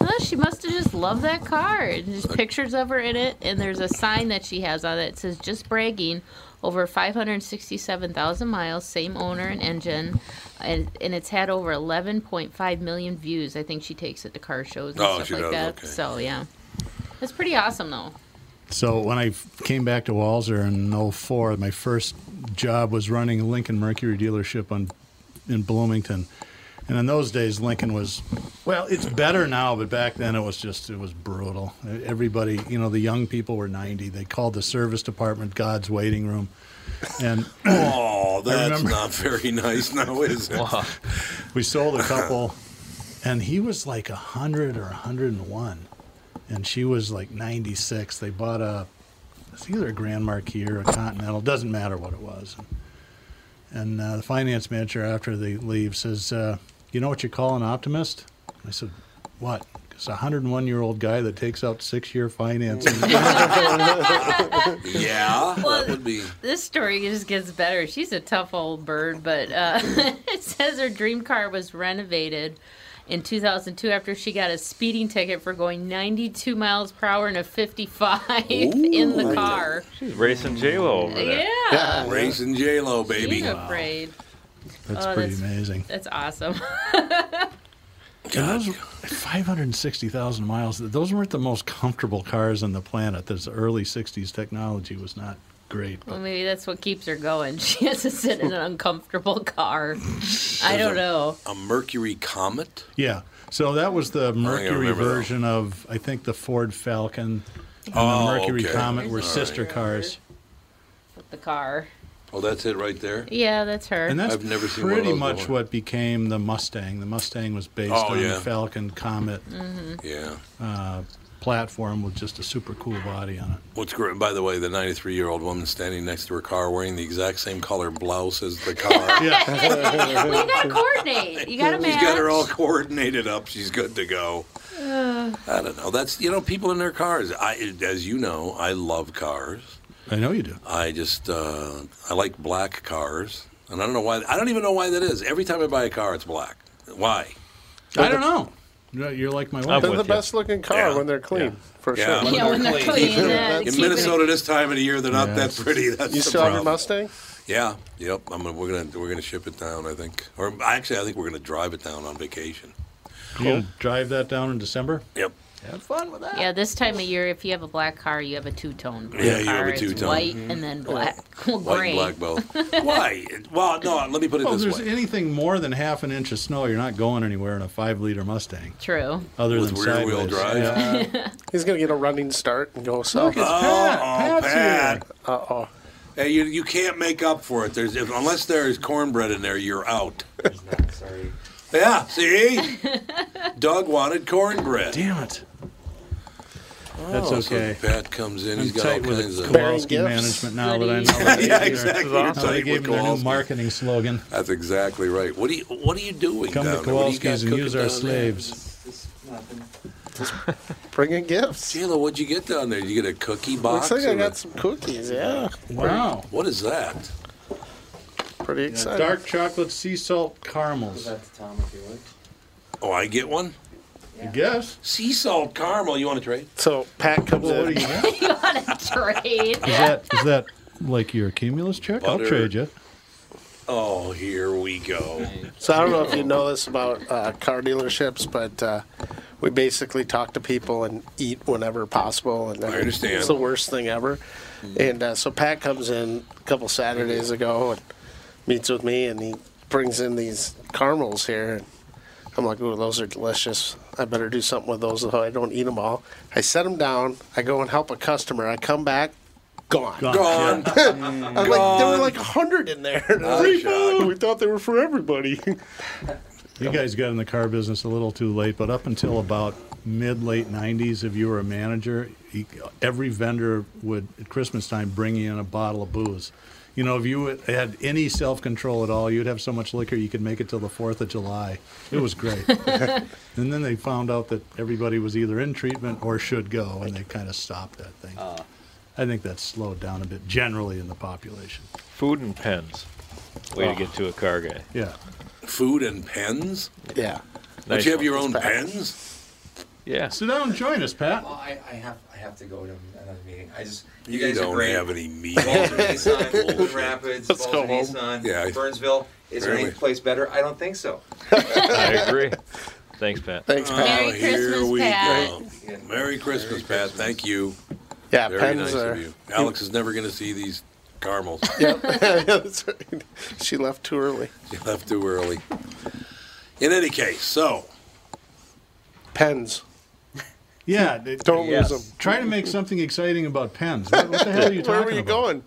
[SPEAKER 7] Oh, she must have just loved that car. And There's pictures of her in it, and there's a sign that she has on it. It says "Just bragging." Over 567,000 miles, same owner and engine, and, and it's had over 11.5 million views. I think she takes it to car shows and
[SPEAKER 2] Oh,
[SPEAKER 7] stuff
[SPEAKER 2] she
[SPEAKER 7] like
[SPEAKER 2] does,
[SPEAKER 7] that.
[SPEAKER 2] okay.
[SPEAKER 7] So yeah, that's pretty awesome though.
[SPEAKER 2] So when I f- came back to Walzer in 04, my first job was running a Lincoln Mercury dealership on, in Bloomington. And in those days, Lincoln was, well, it's better now, but back then it was just, it was brutal. Everybody, you know, the young people were 90. They called the service department God's waiting room. And
[SPEAKER 11] Oh,
[SPEAKER 2] I
[SPEAKER 11] that's
[SPEAKER 2] remember-
[SPEAKER 11] not very nice (laughs) now, is it?
[SPEAKER 2] we sold a couple, (laughs) and he was like 100 or 101, and she was like 96. They bought a, it's either a Grand Marquis or a Continental, doesn't matter what it was. And uh, the finance manager, after they leave, says, uh, You know what you call an optimist? I said, What? It's a 101 year old guy that takes out six year financing.
[SPEAKER 11] yeah,
[SPEAKER 7] Well,
[SPEAKER 11] that would be.
[SPEAKER 7] This story just gets better. She's a tough old bird, but uh, (laughs) it says her dream car was renovated in 2002 after she got a speeding ticket for going 92 miles per hour in a 55 in the car.
[SPEAKER 3] She's racing J Lo over there.
[SPEAKER 7] Yeah.
[SPEAKER 5] uh,
[SPEAKER 7] Yeah,
[SPEAKER 11] Racing J Lo, baby.
[SPEAKER 7] She's afraid.
[SPEAKER 2] That's pretty amazing.
[SPEAKER 7] That's awesome. (laughs)
[SPEAKER 2] And those 560,000 miles, those weren't the most comfortable cars on the planet. This early 60s technology was not great.
[SPEAKER 7] well, maybe that's what keeps her going. (laughs) She has to sit in an uncomfortable car. I don't know.
[SPEAKER 11] A Mercury Comet?
[SPEAKER 2] Yeah. So that was the Mercury
[SPEAKER 11] remember that.
[SPEAKER 2] version of, I think, the Ford Falcon and
[SPEAKER 11] Oh,
[SPEAKER 2] the Mercury
[SPEAKER 11] okay.
[SPEAKER 2] Comet were
[SPEAKER 11] All
[SPEAKER 2] sister
[SPEAKER 11] right.
[SPEAKER 2] cars.
[SPEAKER 7] With the car.
[SPEAKER 11] Oh, that's it right there?
[SPEAKER 7] Yeah, that's her.
[SPEAKER 2] And that's
[SPEAKER 11] I've never seen one of
[SPEAKER 2] pretty
[SPEAKER 11] those
[SPEAKER 2] much
[SPEAKER 11] before.
[SPEAKER 2] what became the Mustang. The Mustang was based
[SPEAKER 11] Oh,
[SPEAKER 2] on
[SPEAKER 11] yeah.
[SPEAKER 2] the Falcon Comet.
[SPEAKER 7] Mhm.
[SPEAKER 11] Yeah.
[SPEAKER 2] Uh, platform with just a super cool body on it.
[SPEAKER 1] What's great, by the way, the 93 year old woman standing next to her car wearing the exact same color blouse as
[SPEAKER 5] (laughs)
[SPEAKER 1] the car.
[SPEAKER 7] well, you gotta coordinate. You gotta
[SPEAKER 1] (laughs) She's
[SPEAKER 7] match.
[SPEAKER 1] got her
[SPEAKER 7] (laughs)
[SPEAKER 1] all coordinated up. She's good to go.
[SPEAKER 7] Ugh.
[SPEAKER 1] I don't know. That's you know people in their cars. I, as you know, I love cars.
[SPEAKER 2] I know you do.
[SPEAKER 1] I just uh, I like black cars, and I don't know why. I don't even know why that is. Every time I buy a car, it's black. Why? I don't
[SPEAKER 2] know. You're- You're like
[SPEAKER 11] Oh,
[SPEAKER 2] my
[SPEAKER 1] I'm
[SPEAKER 2] wife.
[SPEAKER 5] They're the
[SPEAKER 1] with
[SPEAKER 5] best looking car when they're clean, for
[SPEAKER 1] Yeah.
[SPEAKER 5] sure.
[SPEAKER 1] Yeah, when they're clean, yeah,
[SPEAKER 5] That's-
[SPEAKER 1] In Minnesota this time of the year, they're not
[SPEAKER 5] Yeah.
[SPEAKER 1] that pretty. That's
[SPEAKER 5] you
[SPEAKER 1] the
[SPEAKER 5] still have your
[SPEAKER 1] problem.
[SPEAKER 5] Mustang?
[SPEAKER 1] Yeah. Yep. I'm gonna, we're gonna we're gonna ship it down. I think, or actually, I think we're gonna drive it down on vacation.
[SPEAKER 2] You'll drive that down in December.
[SPEAKER 1] Yep.
[SPEAKER 2] Have fun with that.
[SPEAKER 7] Yeah, this time of year, if you have a black car, you have a two tone.
[SPEAKER 1] Yeah, you have a
[SPEAKER 7] It's
[SPEAKER 1] two-tone.
[SPEAKER 7] white
[SPEAKER 1] Mhm.
[SPEAKER 7] and then black. (laughs) Well,
[SPEAKER 1] White
[SPEAKER 7] gray.
[SPEAKER 1] and black both. Why? Well, no. Let me put it
[SPEAKER 2] Well, if
[SPEAKER 1] this
[SPEAKER 2] Oh, there's
[SPEAKER 1] way.
[SPEAKER 2] anything more than half an inch of snow, you're not going anywhere in a five liter Mustang.
[SPEAKER 7] True. (laughs)
[SPEAKER 2] Other
[SPEAKER 1] With
[SPEAKER 2] than
[SPEAKER 1] rear-wheel
[SPEAKER 2] sideways.
[SPEAKER 1] drive?
[SPEAKER 2] Yeah.
[SPEAKER 5] He's going to get a running start and go south.
[SPEAKER 2] Uh-huh.
[SPEAKER 1] it's Pat. Pat's Oh, Pat.
[SPEAKER 5] Uh oh.
[SPEAKER 1] Hey, you, you can't make up for it. There's if, unless there's cornbread in there, you're out.
[SPEAKER 6] Sorry.
[SPEAKER 1] Yeah, see, Doug wanted cornbread.
[SPEAKER 2] Damn it. That's
[SPEAKER 1] Oh, so
[SPEAKER 2] okay.
[SPEAKER 1] Pat comes in.
[SPEAKER 2] I'm
[SPEAKER 1] he's got
[SPEAKER 2] tight
[SPEAKER 1] all
[SPEAKER 2] with
[SPEAKER 1] kinds of (laughs)
[SPEAKER 2] Kowalski management now that I know. that
[SPEAKER 1] yeah,
[SPEAKER 2] they-
[SPEAKER 1] exactly.
[SPEAKER 2] now
[SPEAKER 1] You're
[SPEAKER 2] they
[SPEAKER 1] tight
[SPEAKER 2] gave him
[SPEAKER 1] with
[SPEAKER 2] their new
[SPEAKER 1] Kowalski.
[SPEAKER 2] marketing slogan.
[SPEAKER 1] That's exactly right. What do you What are you doing
[SPEAKER 2] Come to
[SPEAKER 1] down there? What do you got
[SPEAKER 2] Kowalski's and
[SPEAKER 1] cooking
[SPEAKER 2] use our
[SPEAKER 1] down there?
[SPEAKER 2] slaves.
[SPEAKER 5] Bring in gifts.
[SPEAKER 1] Jayla, what'd you get down there? Did you get a cookie box?
[SPEAKER 5] Looks like I
[SPEAKER 1] or
[SPEAKER 5] got some cookies, yeah.
[SPEAKER 1] a-
[SPEAKER 2] Wow.
[SPEAKER 1] What is that?
[SPEAKER 5] Pretty excited.
[SPEAKER 2] Dark chocolate sea salt caramels.
[SPEAKER 1] Oh, I get one.
[SPEAKER 2] I guess.
[SPEAKER 1] Sea salt caramel. You want to trade?
[SPEAKER 5] So Pat comes
[SPEAKER 2] Well, what
[SPEAKER 5] in.
[SPEAKER 2] do you have?
[SPEAKER 7] you want to
[SPEAKER 1] (laughs)
[SPEAKER 7] trade?
[SPEAKER 2] Is that is that like your cumulus check?
[SPEAKER 1] Butter.
[SPEAKER 2] I'll trade you.
[SPEAKER 1] Oh, here we go.
[SPEAKER 5] So I don't know if you know this about uh, car dealerships, but uh, we basically talk to people and eat whenever possible, and
[SPEAKER 1] I understand. Mm-hmm.
[SPEAKER 5] it's the worst thing ever. And uh, so Pat comes in a couple Saturdays ago and meets with me, and he brings in these caramels here, and I'm like, "Ooh, those are delicious! I better do something with those, though I don't eat them all." I set them down. I go and help a customer. I come back. Gone.
[SPEAKER 1] Gone.
[SPEAKER 5] I'm like, there were
[SPEAKER 1] Gone.
[SPEAKER 5] like a hundred in there.
[SPEAKER 1] I'm
[SPEAKER 5] Free
[SPEAKER 1] shocked.
[SPEAKER 5] food. (laughs) We thought they were for everybody. (laughs)
[SPEAKER 2] You guys got in the car business a little too late, but up until about mid late '90s, if you were a manager, he, every vendor would at Christmas time bring you in a bottle of booze. You know, if you had any self control at all, you'd have so much liquor you could make it till the Fourth of July. It was great. and then they found out that everybody was either in treatment or should go, and they kind of stopped that thing. I think that's slowed down a bit generally in the population.
[SPEAKER 3] Food and pens. Way
[SPEAKER 2] Oh.
[SPEAKER 3] to get to a car guy.
[SPEAKER 2] Yeah.
[SPEAKER 1] (laughs) Food and pens.
[SPEAKER 5] Yeah.
[SPEAKER 1] Don't
[SPEAKER 3] Nice
[SPEAKER 1] you have
[SPEAKER 3] one.
[SPEAKER 1] your
[SPEAKER 3] It's
[SPEAKER 1] own
[SPEAKER 3] bad.
[SPEAKER 1] pens?
[SPEAKER 3] Yeah.
[SPEAKER 2] Sit down and join us, Pat.
[SPEAKER 6] Well, Oh, I, I have I have to go to another meeting. I just
[SPEAKER 1] You
[SPEAKER 6] you, guys
[SPEAKER 1] don't
[SPEAKER 6] are great.
[SPEAKER 1] have
[SPEAKER 6] (laughs)
[SPEAKER 1] any meetings. (laughs)
[SPEAKER 6] Baltimore, Nissan, Blue
[SPEAKER 1] Bullshit.
[SPEAKER 6] Rapids,
[SPEAKER 5] Let's go
[SPEAKER 6] Baltimore,
[SPEAKER 5] home.
[SPEAKER 6] Nissan,
[SPEAKER 1] Yeah, I-
[SPEAKER 6] Burnsville. Is there any
[SPEAKER 1] Really?
[SPEAKER 6] place better? I don't think so.
[SPEAKER 3] I agree. Thanks, Pat.
[SPEAKER 5] Thanks, Pat.
[SPEAKER 7] Merry
[SPEAKER 1] Oh, here
[SPEAKER 7] Christmas,
[SPEAKER 1] we
[SPEAKER 7] Pat.
[SPEAKER 1] go. Merry Christmas, Pat. Thank you.
[SPEAKER 5] Yeah,
[SPEAKER 1] Very
[SPEAKER 5] pens
[SPEAKER 1] nice
[SPEAKER 5] are. (laughs)
[SPEAKER 1] of you. Alex is never going to see these caramels. (laughs)
[SPEAKER 5] That's right. she left too early.
[SPEAKER 1] you left too early. In any case, so
[SPEAKER 5] Pens.
[SPEAKER 2] Yeah. they-
[SPEAKER 5] Don't
[SPEAKER 6] Yes.
[SPEAKER 5] lose them.
[SPEAKER 2] Try to make something exciting about pens. What, what the hell are you
[SPEAKER 5] (laughs) Where
[SPEAKER 2] talking
[SPEAKER 5] were you
[SPEAKER 2] about?
[SPEAKER 5] going?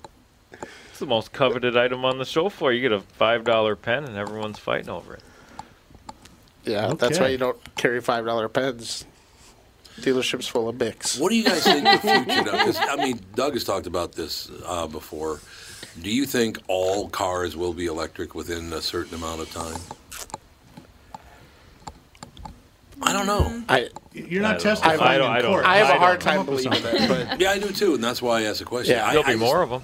[SPEAKER 3] It's the most coveted item on the show floor. You get a five dollar pen, and everyone's fighting over it.
[SPEAKER 5] Yeah, that's why
[SPEAKER 2] Okay.
[SPEAKER 5] you don't carry five dollar pens. Dealerships full of Bics.
[SPEAKER 1] what do you guys think the
[SPEAKER 5] (laughs)
[SPEAKER 1] future? Doug? 'Cause, I mean, Doug has talked about this uh, before. Do you think all cars will be electric within a certain amount of time? I don't know.
[SPEAKER 5] I
[SPEAKER 2] You're not
[SPEAKER 3] I don't know.
[SPEAKER 2] testifying
[SPEAKER 5] I
[SPEAKER 3] don't- I
[SPEAKER 2] in
[SPEAKER 3] don't-
[SPEAKER 2] court.
[SPEAKER 5] I have a
[SPEAKER 3] I
[SPEAKER 5] hard
[SPEAKER 3] don't
[SPEAKER 5] time believing that, (laughs) but
[SPEAKER 1] Yeah, I do too, and that's why I asked the question.
[SPEAKER 5] Yeah.
[SPEAKER 1] I,
[SPEAKER 3] There'll
[SPEAKER 1] I
[SPEAKER 3] be
[SPEAKER 1] just-
[SPEAKER 3] more of them.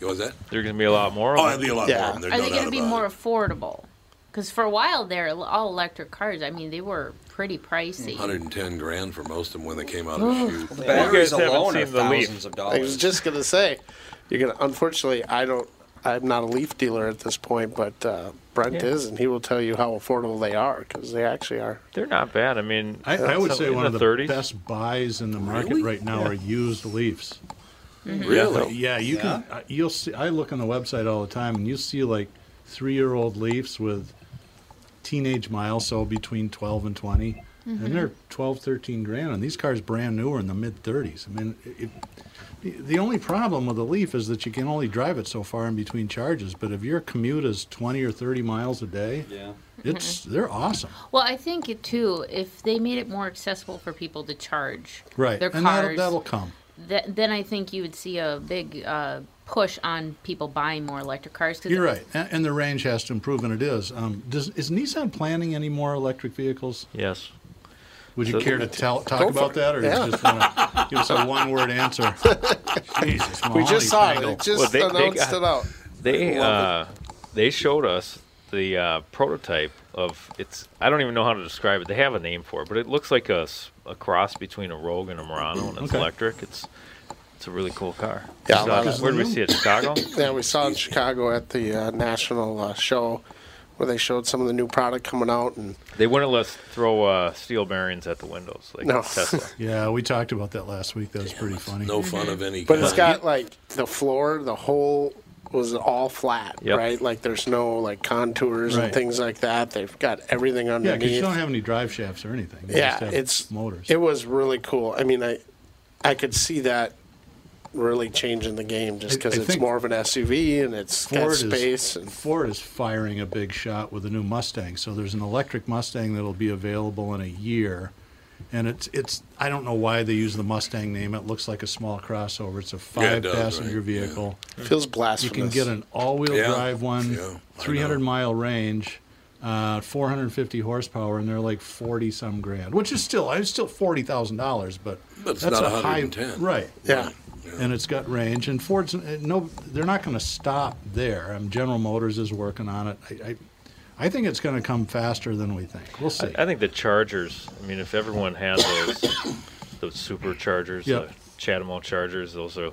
[SPEAKER 1] What was that?
[SPEAKER 3] There's gonna be a lot more
[SPEAKER 1] Oh,
[SPEAKER 3] of
[SPEAKER 1] there'll be
[SPEAKER 3] them.
[SPEAKER 1] a lot
[SPEAKER 5] Yeah.
[SPEAKER 1] more of them. There's
[SPEAKER 7] Are
[SPEAKER 1] no
[SPEAKER 7] they
[SPEAKER 1] doubt
[SPEAKER 7] going to be
[SPEAKER 1] about
[SPEAKER 7] more
[SPEAKER 1] it.
[SPEAKER 7] affordable? Because for a while there, all electric cars. I mean, they were pretty pricey.
[SPEAKER 1] 110 grand for most of them when they came out of the chute.
[SPEAKER 6] The
[SPEAKER 3] you guys
[SPEAKER 6] batteries
[SPEAKER 3] haven't
[SPEAKER 6] alone are
[SPEAKER 3] seen the leaf.
[SPEAKER 6] thousands of
[SPEAKER 5] I was
[SPEAKER 6] dollars.
[SPEAKER 5] just gonna say, you're gonna. Unfortunately, I don't. I'm not a leaf dealer at this point, but uh, Brent
[SPEAKER 3] Yeah.
[SPEAKER 5] is, and he will tell you how affordable they are because they actually are.
[SPEAKER 3] They're not bad. I mean,
[SPEAKER 2] I, I would
[SPEAKER 3] so
[SPEAKER 2] say
[SPEAKER 3] in
[SPEAKER 2] one of the
[SPEAKER 3] 30s.
[SPEAKER 2] best buys in the market
[SPEAKER 1] Really?
[SPEAKER 2] right now are used Leafs.
[SPEAKER 1] Really?
[SPEAKER 2] Yeah, you can. uh, You'll see. I look on the website all the time, and you see like three-year-old Leafs with teenage miles, so between 12 and 20, and they're 12, 13 grand. And these cars brand new are in the mid 30s. I mean, it, it, the only problem with a Leaf is that you can only drive it so far in between charges. But if your commute is 20 or 30 miles a day,
[SPEAKER 6] yeah.
[SPEAKER 2] It's they're awesome.
[SPEAKER 7] Well, I think it too. If they made it more accessible for people to charge
[SPEAKER 2] Right.
[SPEAKER 7] their
[SPEAKER 2] and that'll,
[SPEAKER 7] cars,
[SPEAKER 2] that'll come.
[SPEAKER 7] th- then I think you would see a big uh, push on people buying more electric cars. Cause
[SPEAKER 2] You're right. And, and the range has to improve, and it is. Um, does, is Nissan planning any more electric vehicles?
[SPEAKER 3] Yes.
[SPEAKER 2] Would you
[SPEAKER 3] So-
[SPEAKER 2] care to tell,
[SPEAKER 3] Go
[SPEAKER 2] talk
[SPEAKER 3] for
[SPEAKER 2] about
[SPEAKER 3] it.
[SPEAKER 2] that, or
[SPEAKER 3] Yeah.
[SPEAKER 2] you just want to give us
[SPEAKER 5] (laughs)
[SPEAKER 2] a one-word answer? Jesus,
[SPEAKER 5] We just saw it.
[SPEAKER 2] Molly
[SPEAKER 5] It just
[SPEAKER 2] Tangle.
[SPEAKER 5] announced it out.
[SPEAKER 3] They uh,
[SPEAKER 5] Love
[SPEAKER 3] they showed us the uh, prototype of it's. I don't even know how to describe it. They have a name for it, but it looks like a, s- a cross between a Rogue and a Murano, and it's
[SPEAKER 5] Okay.
[SPEAKER 3] electric. It's it's a really cool car.
[SPEAKER 5] Yeah,
[SPEAKER 3] We saw
[SPEAKER 5] like-
[SPEAKER 3] it- where did we see it? Chicago.
[SPEAKER 5] yeah, we saw it in Chicago at the uh, national uh, show where they showed some of the new product coming out, and
[SPEAKER 3] They wouldn't let us throw uh, steel bearings at the windows like
[SPEAKER 5] No.
[SPEAKER 3] Tesla.
[SPEAKER 2] Yeah, we talked about that last week. That was pretty funny.
[SPEAKER 1] no fun of any
[SPEAKER 5] but it's
[SPEAKER 1] kind.
[SPEAKER 5] got like the floor, the whole was all flat,
[SPEAKER 2] Yep.
[SPEAKER 5] right? Like there's no like contours
[SPEAKER 2] Right.
[SPEAKER 5] and things like that. They've got everything
[SPEAKER 2] Yeah, because
[SPEAKER 5] underneath.
[SPEAKER 2] you don't have any drive shafts or anything. You
[SPEAKER 5] yeah,
[SPEAKER 2] just have
[SPEAKER 5] it's
[SPEAKER 2] motors.
[SPEAKER 5] It was really cool. I mean, I I could see that really changing the game just
[SPEAKER 2] I-
[SPEAKER 5] because
[SPEAKER 2] I
[SPEAKER 5] it's
[SPEAKER 2] think
[SPEAKER 5] more of an SUV and it's got space.
[SPEAKER 2] is, Ford is firing a big shot with a new Mustang. So there's an electric Mustang that'll be available in a year, and it's it's I don't know why they use the Mustang name. It looks like a small crossover. It's a
[SPEAKER 5] Yeah, it
[SPEAKER 2] five
[SPEAKER 5] does,
[SPEAKER 2] passenger
[SPEAKER 5] right,
[SPEAKER 2] vehicle.
[SPEAKER 5] yeah. Feels
[SPEAKER 2] You can
[SPEAKER 5] blasphemous.
[SPEAKER 2] get an all wheel
[SPEAKER 5] Yeah,
[SPEAKER 2] drive one, 300 mile range. Uh, 450 horsepower, and they're like 40 some grand, which is still it's still forty thousand dollars, but,
[SPEAKER 1] But it's
[SPEAKER 2] that's
[SPEAKER 1] not
[SPEAKER 2] a high
[SPEAKER 1] 110.
[SPEAKER 2] right?
[SPEAKER 5] Yeah.
[SPEAKER 2] and it's got range. And Ford's uh, no, they're not going to stop there. Um, General Motors is working on it. I, I, I think it's going to come faster than we think. We'll see.
[SPEAKER 3] I, I think the Chargers. I mean, if everyone had those, (coughs) those superchargers,
[SPEAKER 2] Yep.
[SPEAKER 3] the Chatham chargers, those are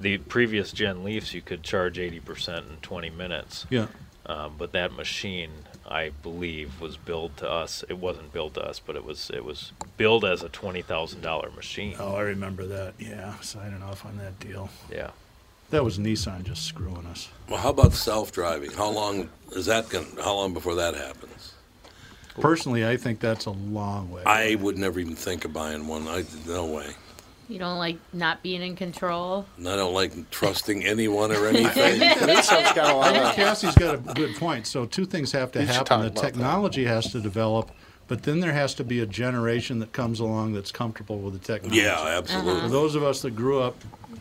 [SPEAKER 3] the previous gen Leafs. You could charge eighty percent in twenty minutes.
[SPEAKER 2] Yeah.
[SPEAKER 3] Um, but that machine, I believe, was billed to us. It wasn't billed to us, but it was it was billed as a twenty thousand dollar machine.
[SPEAKER 2] oh, I remember that. Yeah, signing off on that deal.
[SPEAKER 3] Yeah.
[SPEAKER 2] That was Nissan just screwing us.
[SPEAKER 1] Well, how about self-driving? How long is that going? to How long before that happens?
[SPEAKER 2] Personally, I think that's a long way.
[SPEAKER 1] I would never even think of buying one. I no way.
[SPEAKER 7] You don't like not being in control.
[SPEAKER 1] And I don't like trusting anyone or
[SPEAKER 7] (laughs)
[SPEAKER 1] anything.
[SPEAKER 5] Nissan's got a lot
[SPEAKER 2] I think
[SPEAKER 5] (laughs) of-
[SPEAKER 2] Cassie's got a good point. So two things have to
[SPEAKER 5] We should
[SPEAKER 2] happen:
[SPEAKER 5] talk
[SPEAKER 2] the
[SPEAKER 5] about that.
[SPEAKER 2] technology has to develop, but then there has to be a generation that comes along that's comfortable with the technology.
[SPEAKER 1] Yeah, absolutely.
[SPEAKER 2] For those of us that grew up,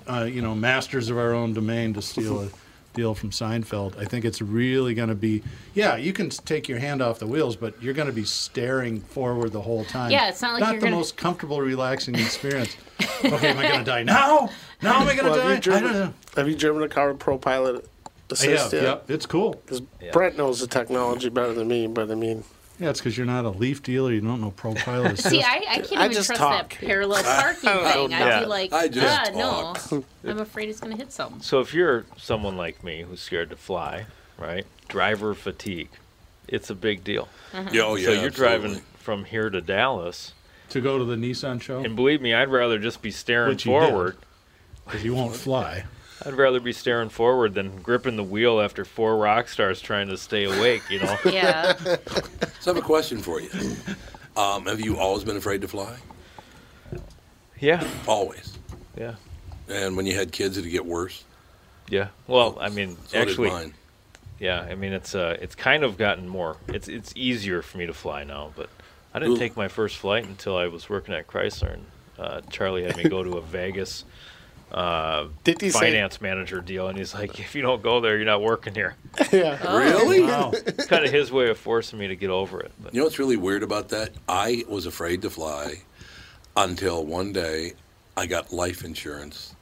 [SPEAKER 2] uh, you know, masters of our own domain, to steal a deal from Seinfeld, I think it's really going to be. Yeah, you can s- take your hand off the wheels, but you're going to be staring forward the whole time.
[SPEAKER 7] Yeah, it's not like
[SPEAKER 2] not
[SPEAKER 7] you're
[SPEAKER 2] the
[SPEAKER 7] gonna-
[SPEAKER 2] most comfortable, relaxing
[SPEAKER 7] (laughs)
[SPEAKER 2] experience. okay, am I going to die now? Now am I going to
[SPEAKER 5] Well,
[SPEAKER 2] die?
[SPEAKER 5] have you driven-
[SPEAKER 2] I don't know.
[SPEAKER 5] Have you driven a car with ProPilot assist?
[SPEAKER 2] have, yep. It's cool.
[SPEAKER 5] Because Brent knows the technology better than me, but I mean,
[SPEAKER 2] Yeah, it's because you're not a Leaf dealer. You don't know profile.
[SPEAKER 7] (laughs)
[SPEAKER 2] assist.
[SPEAKER 7] See, I, I can't even
[SPEAKER 5] I just
[SPEAKER 7] trust
[SPEAKER 5] talk.
[SPEAKER 7] that
[SPEAKER 3] (laughs)
[SPEAKER 7] parallel parking
[SPEAKER 5] I
[SPEAKER 7] thing.
[SPEAKER 5] don't
[SPEAKER 7] I'd
[SPEAKER 3] know.
[SPEAKER 7] be like,
[SPEAKER 3] I just
[SPEAKER 7] ah, no,
[SPEAKER 3] talk.
[SPEAKER 7] I'm afraid it's gonna hit something.
[SPEAKER 3] So if you're someone like me who's scared to fly, right? Driver fatigue, it's a big deal.
[SPEAKER 7] Mhm. Yeah, oh,
[SPEAKER 3] So
[SPEAKER 1] yeah,
[SPEAKER 3] you're driving from here to Dallas.
[SPEAKER 2] To go to the Nissan show,
[SPEAKER 3] And believe me, I'd rather just be staring
[SPEAKER 2] Which you did.
[SPEAKER 3] forward.
[SPEAKER 2] because you won't
[SPEAKER 7] (laughs)
[SPEAKER 2] fly.
[SPEAKER 3] I'd rather be staring forward than gripping the wheel after four rock stars trying to stay awake. You know.
[SPEAKER 7] (laughs) Yeah.
[SPEAKER 1] So I have a question for you. Um, have you always been afraid to fly?
[SPEAKER 3] Yeah.
[SPEAKER 1] Always.
[SPEAKER 3] Yeah.
[SPEAKER 1] And when you had kids, did it get worse?
[SPEAKER 3] Yeah. Well, Oh, I mean,
[SPEAKER 1] So did
[SPEAKER 3] actually,
[SPEAKER 1] mine.
[SPEAKER 3] yeah. I mean, it's uh, it's kind of gotten more. It's it's easier for me to fly now, but I didn't
[SPEAKER 1] Ooh.
[SPEAKER 3] take my first flight until I was working at Chrysler, and uh, Charlie had me go to a
[SPEAKER 1] (laughs)
[SPEAKER 3] Vegas. Uh,
[SPEAKER 5] Did he say-
[SPEAKER 3] finance manager deal, and he's like, "If you don't go there, you're not working here."
[SPEAKER 5] yeah.
[SPEAKER 1] Really?
[SPEAKER 3] It's kind of his way of forcing me to get over it.
[SPEAKER 1] You know what's really weird about that? I was afraid to fly until one day I got life insurance,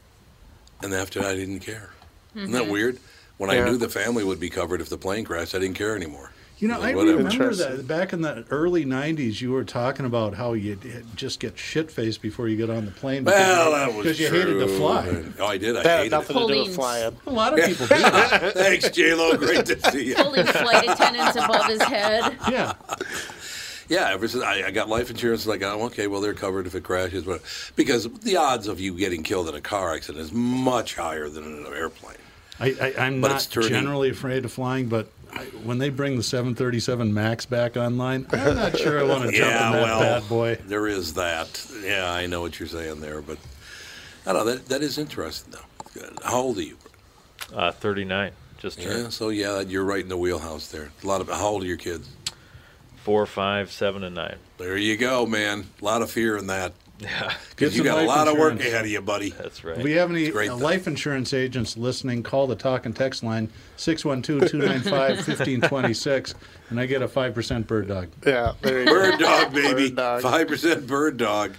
[SPEAKER 1] and after that I didn't care. Isn't that
[SPEAKER 2] Mhm.
[SPEAKER 1] weird? When
[SPEAKER 2] Yeah.
[SPEAKER 1] I knew the family would be covered if the plane crashed, I didn't care anymore.
[SPEAKER 2] You know,
[SPEAKER 1] Like,
[SPEAKER 2] I
[SPEAKER 1] whatever.
[SPEAKER 2] remember that back in the early '90s. You were talking about how you just get shit faced before you get on the plane. because
[SPEAKER 1] Well,
[SPEAKER 2] you-
[SPEAKER 1] that was
[SPEAKER 2] because you hated to
[SPEAKER 1] true.
[SPEAKER 2] fly.
[SPEAKER 1] Oh, I did. I
[SPEAKER 5] That had
[SPEAKER 1] hated
[SPEAKER 5] nothing
[SPEAKER 1] it.
[SPEAKER 5] to do with Pauline's- flying.
[SPEAKER 2] A lot of people do. that.
[SPEAKER 1] (laughs) Thanks, J Lo. Great to see you.
[SPEAKER 7] Holding flight attendants above his head.
[SPEAKER 2] Yeah.
[SPEAKER 1] (laughs) Yeah, ever since I, I got life insurance, like, oh, okay, well, they're covered if it crashes. But because the odds of you getting killed in a car accident is much higher than in an airplane.
[SPEAKER 2] I, I, I'm
[SPEAKER 1] But it's
[SPEAKER 2] not
[SPEAKER 1] turning-
[SPEAKER 2] generally afraid of flying, but I, when they bring the 737 Max back online, I'm not sure I want to jump
[SPEAKER 1] yeah,
[SPEAKER 2] in that
[SPEAKER 1] well,
[SPEAKER 2] bad boy.
[SPEAKER 1] There is that. Yeah, I know what you're saying there, but I don't know. That, that is interesting, though. How old are you?
[SPEAKER 3] Uh, 39. Just
[SPEAKER 1] yeah. So yeah, you're right in the wheelhouse there. A lot of how old are your kids?
[SPEAKER 3] four, five, seven, and nine.
[SPEAKER 1] There you go, man. A lot of fear in that. Yeah.
[SPEAKER 2] Get
[SPEAKER 1] Because you
[SPEAKER 2] some
[SPEAKER 1] got a
[SPEAKER 2] life
[SPEAKER 1] lot of work
[SPEAKER 2] insurance.
[SPEAKER 1] ahead of you, buddy. That's
[SPEAKER 3] right.
[SPEAKER 2] If we have any
[SPEAKER 1] great
[SPEAKER 2] uh,
[SPEAKER 1] thing.
[SPEAKER 2] life insurance agents listening, call the talk and text line 612 295 1526, (laughs) and I get a 5% bird dog.
[SPEAKER 5] Yeah, there you
[SPEAKER 1] Bird
[SPEAKER 5] go. (laughs)
[SPEAKER 1] dog, baby.
[SPEAKER 5] Bird dog.
[SPEAKER 1] Five percent bird dog.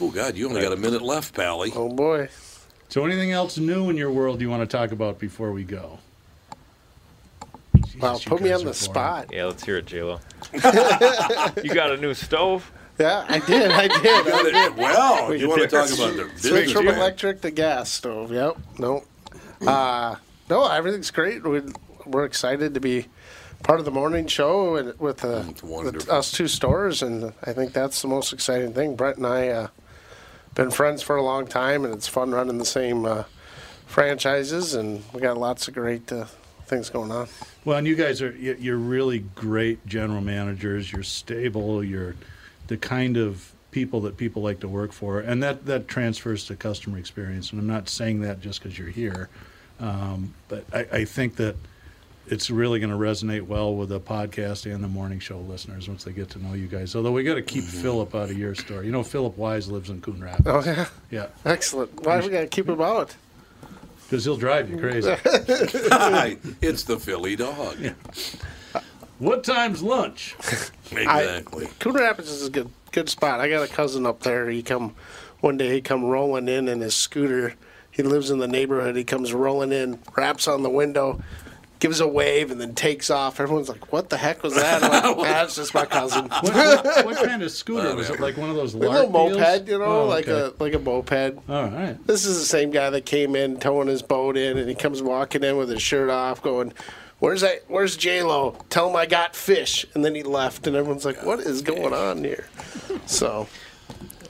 [SPEAKER 1] Oh God, you only got a minute left, Pally.
[SPEAKER 5] Oh boy.
[SPEAKER 2] So, anything else new in your world you want to talk about before we go?
[SPEAKER 5] Wow,
[SPEAKER 2] you
[SPEAKER 5] put me
[SPEAKER 2] guys
[SPEAKER 5] on
[SPEAKER 2] are
[SPEAKER 5] the spot.
[SPEAKER 3] Yeah, let's hear it, J-Lo. you got a new stove?
[SPEAKER 5] Yeah, I did. I did.
[SPEAKER 3] You got
[SPEAKER 5] I (laughs)
[SPEAKER 3] it.
[SPEAKER 5] did.
[SPEAKER 3] Wow,
[SPEAKER 5] We
[SPEAKER 3] you wanna
[SPEAKER 5] did.
[SPEAKER 3] talk about the
[SPEAKER 5] Switch
[SPEAKER 3] business
[SPEAKER 5] from
[SPEAKER 3] plan.
[SPEAKER 5] electric to gas stove. Yep. No. Uh, no, everything's great. We, we're excited to be part of the morning show and with, uh, with us two stores, and I think that's the most exciting thing. Brett and I uh, been friends for a long time, and it's fun running the same uh, franchises, and we got lots of great uh, things going on.
[SPEAKER 2] Well, and you guys are you- you're really great general managers. You're stable. You're the kind of people that people like to work for, and that that transfers to customer experience. And I'm not saying that just because you're here, um, but I, I think that it's really going to resonate well with the podcast and the morning show listeners once they get to know you guys. Although we got to keep Philip out of your story. You know, Philip Wise lives in Coon Rapids.
[SPEAKER 5] Oh yeah, (laughs)
[SPEAKER 2] yeah,
[SPEAKER 5] excellent. Why we got to keep him out?
[SPEAKER 2] because he'll drive you crazy.
[SPEAKER 1] (laughs) it's the Philly dog.
[SPEAKER 2] what time's lunch?
[SPEAKER 1] Exactly.
[SPEAKER 5] Coon Rapids is a good good spot. I got a cousin up there. He come one day. He come rolling in in his scooter. He lives in the neighborhood. He comes rolling in, raps on the window, gives a wave, and then takes off. Everyone's like, "What the heck was that?" I'm like, "That's just my cousin."
[SPEAKER 2] What, what, what kind of scooter was it? Like one of those
[SPEAKER 5] A
[SPEAKER 2] large
[SPEAKER 5] little moped, you know,
[SPEAKER 2] Oh,
[SPEAKER 5] like a like a moped.
[SPEAKER 2] All right.
[SPEAKER 5] This is the same guy that came in towing his boat in, and he comes walking in with his shirt off, going, "Where's that? Where's J Lo? Tell him I got fish." And then he left, and everyone's like, "What is going on here?" So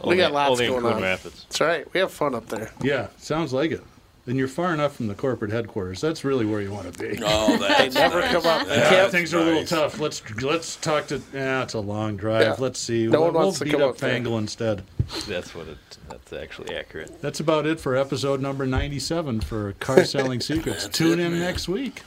[SPEAKER 5] we
[SPEAKER 2] Only-
[SPEAKER 5] got lots
[SPEAKER 2] only in
[SPEAKER 5] going
[SPEAKER 2] Coon
[SPEAKER 5] on.
[SPEAKER 2] Rapids.
[SPEAKER 5] That's right. We have fun up there.
[SPEAKER 2] Yeah, sounds like it. And you're far enough from the corporate headquarters. That's really where you want to be.
[SPEAKER 1] Oh, that's
[SPEAKER 5] They never nice. come up.
[SPEAKER 2] Yeah,
[SPEAKER 5] That's
[SPEAKER 2] things are a little tough. Let's let's talk to. Yeah, it's a long drive.
[SPEAKER 3] Yeah.
[SPEAKER 2] Let's see.
[SPEAKER 3] No
[SPEAKER 2] we'll
[SPEAKER 3] one
[SPEAKER 2] we'll
[SPEAKER 3] wants to
[SPEAKER 2] beat
[SPEAKER 3] come
[SPEAKER 2] up
[SPEAKER 3] up there.
[SPEAKER 2] Fangle instead.
[SPEAKER 3] That's what it. That's actually accurate.
[SPEAKER 2] That's about it for episode number 97 for Car Selling Secrets. Tune in next week.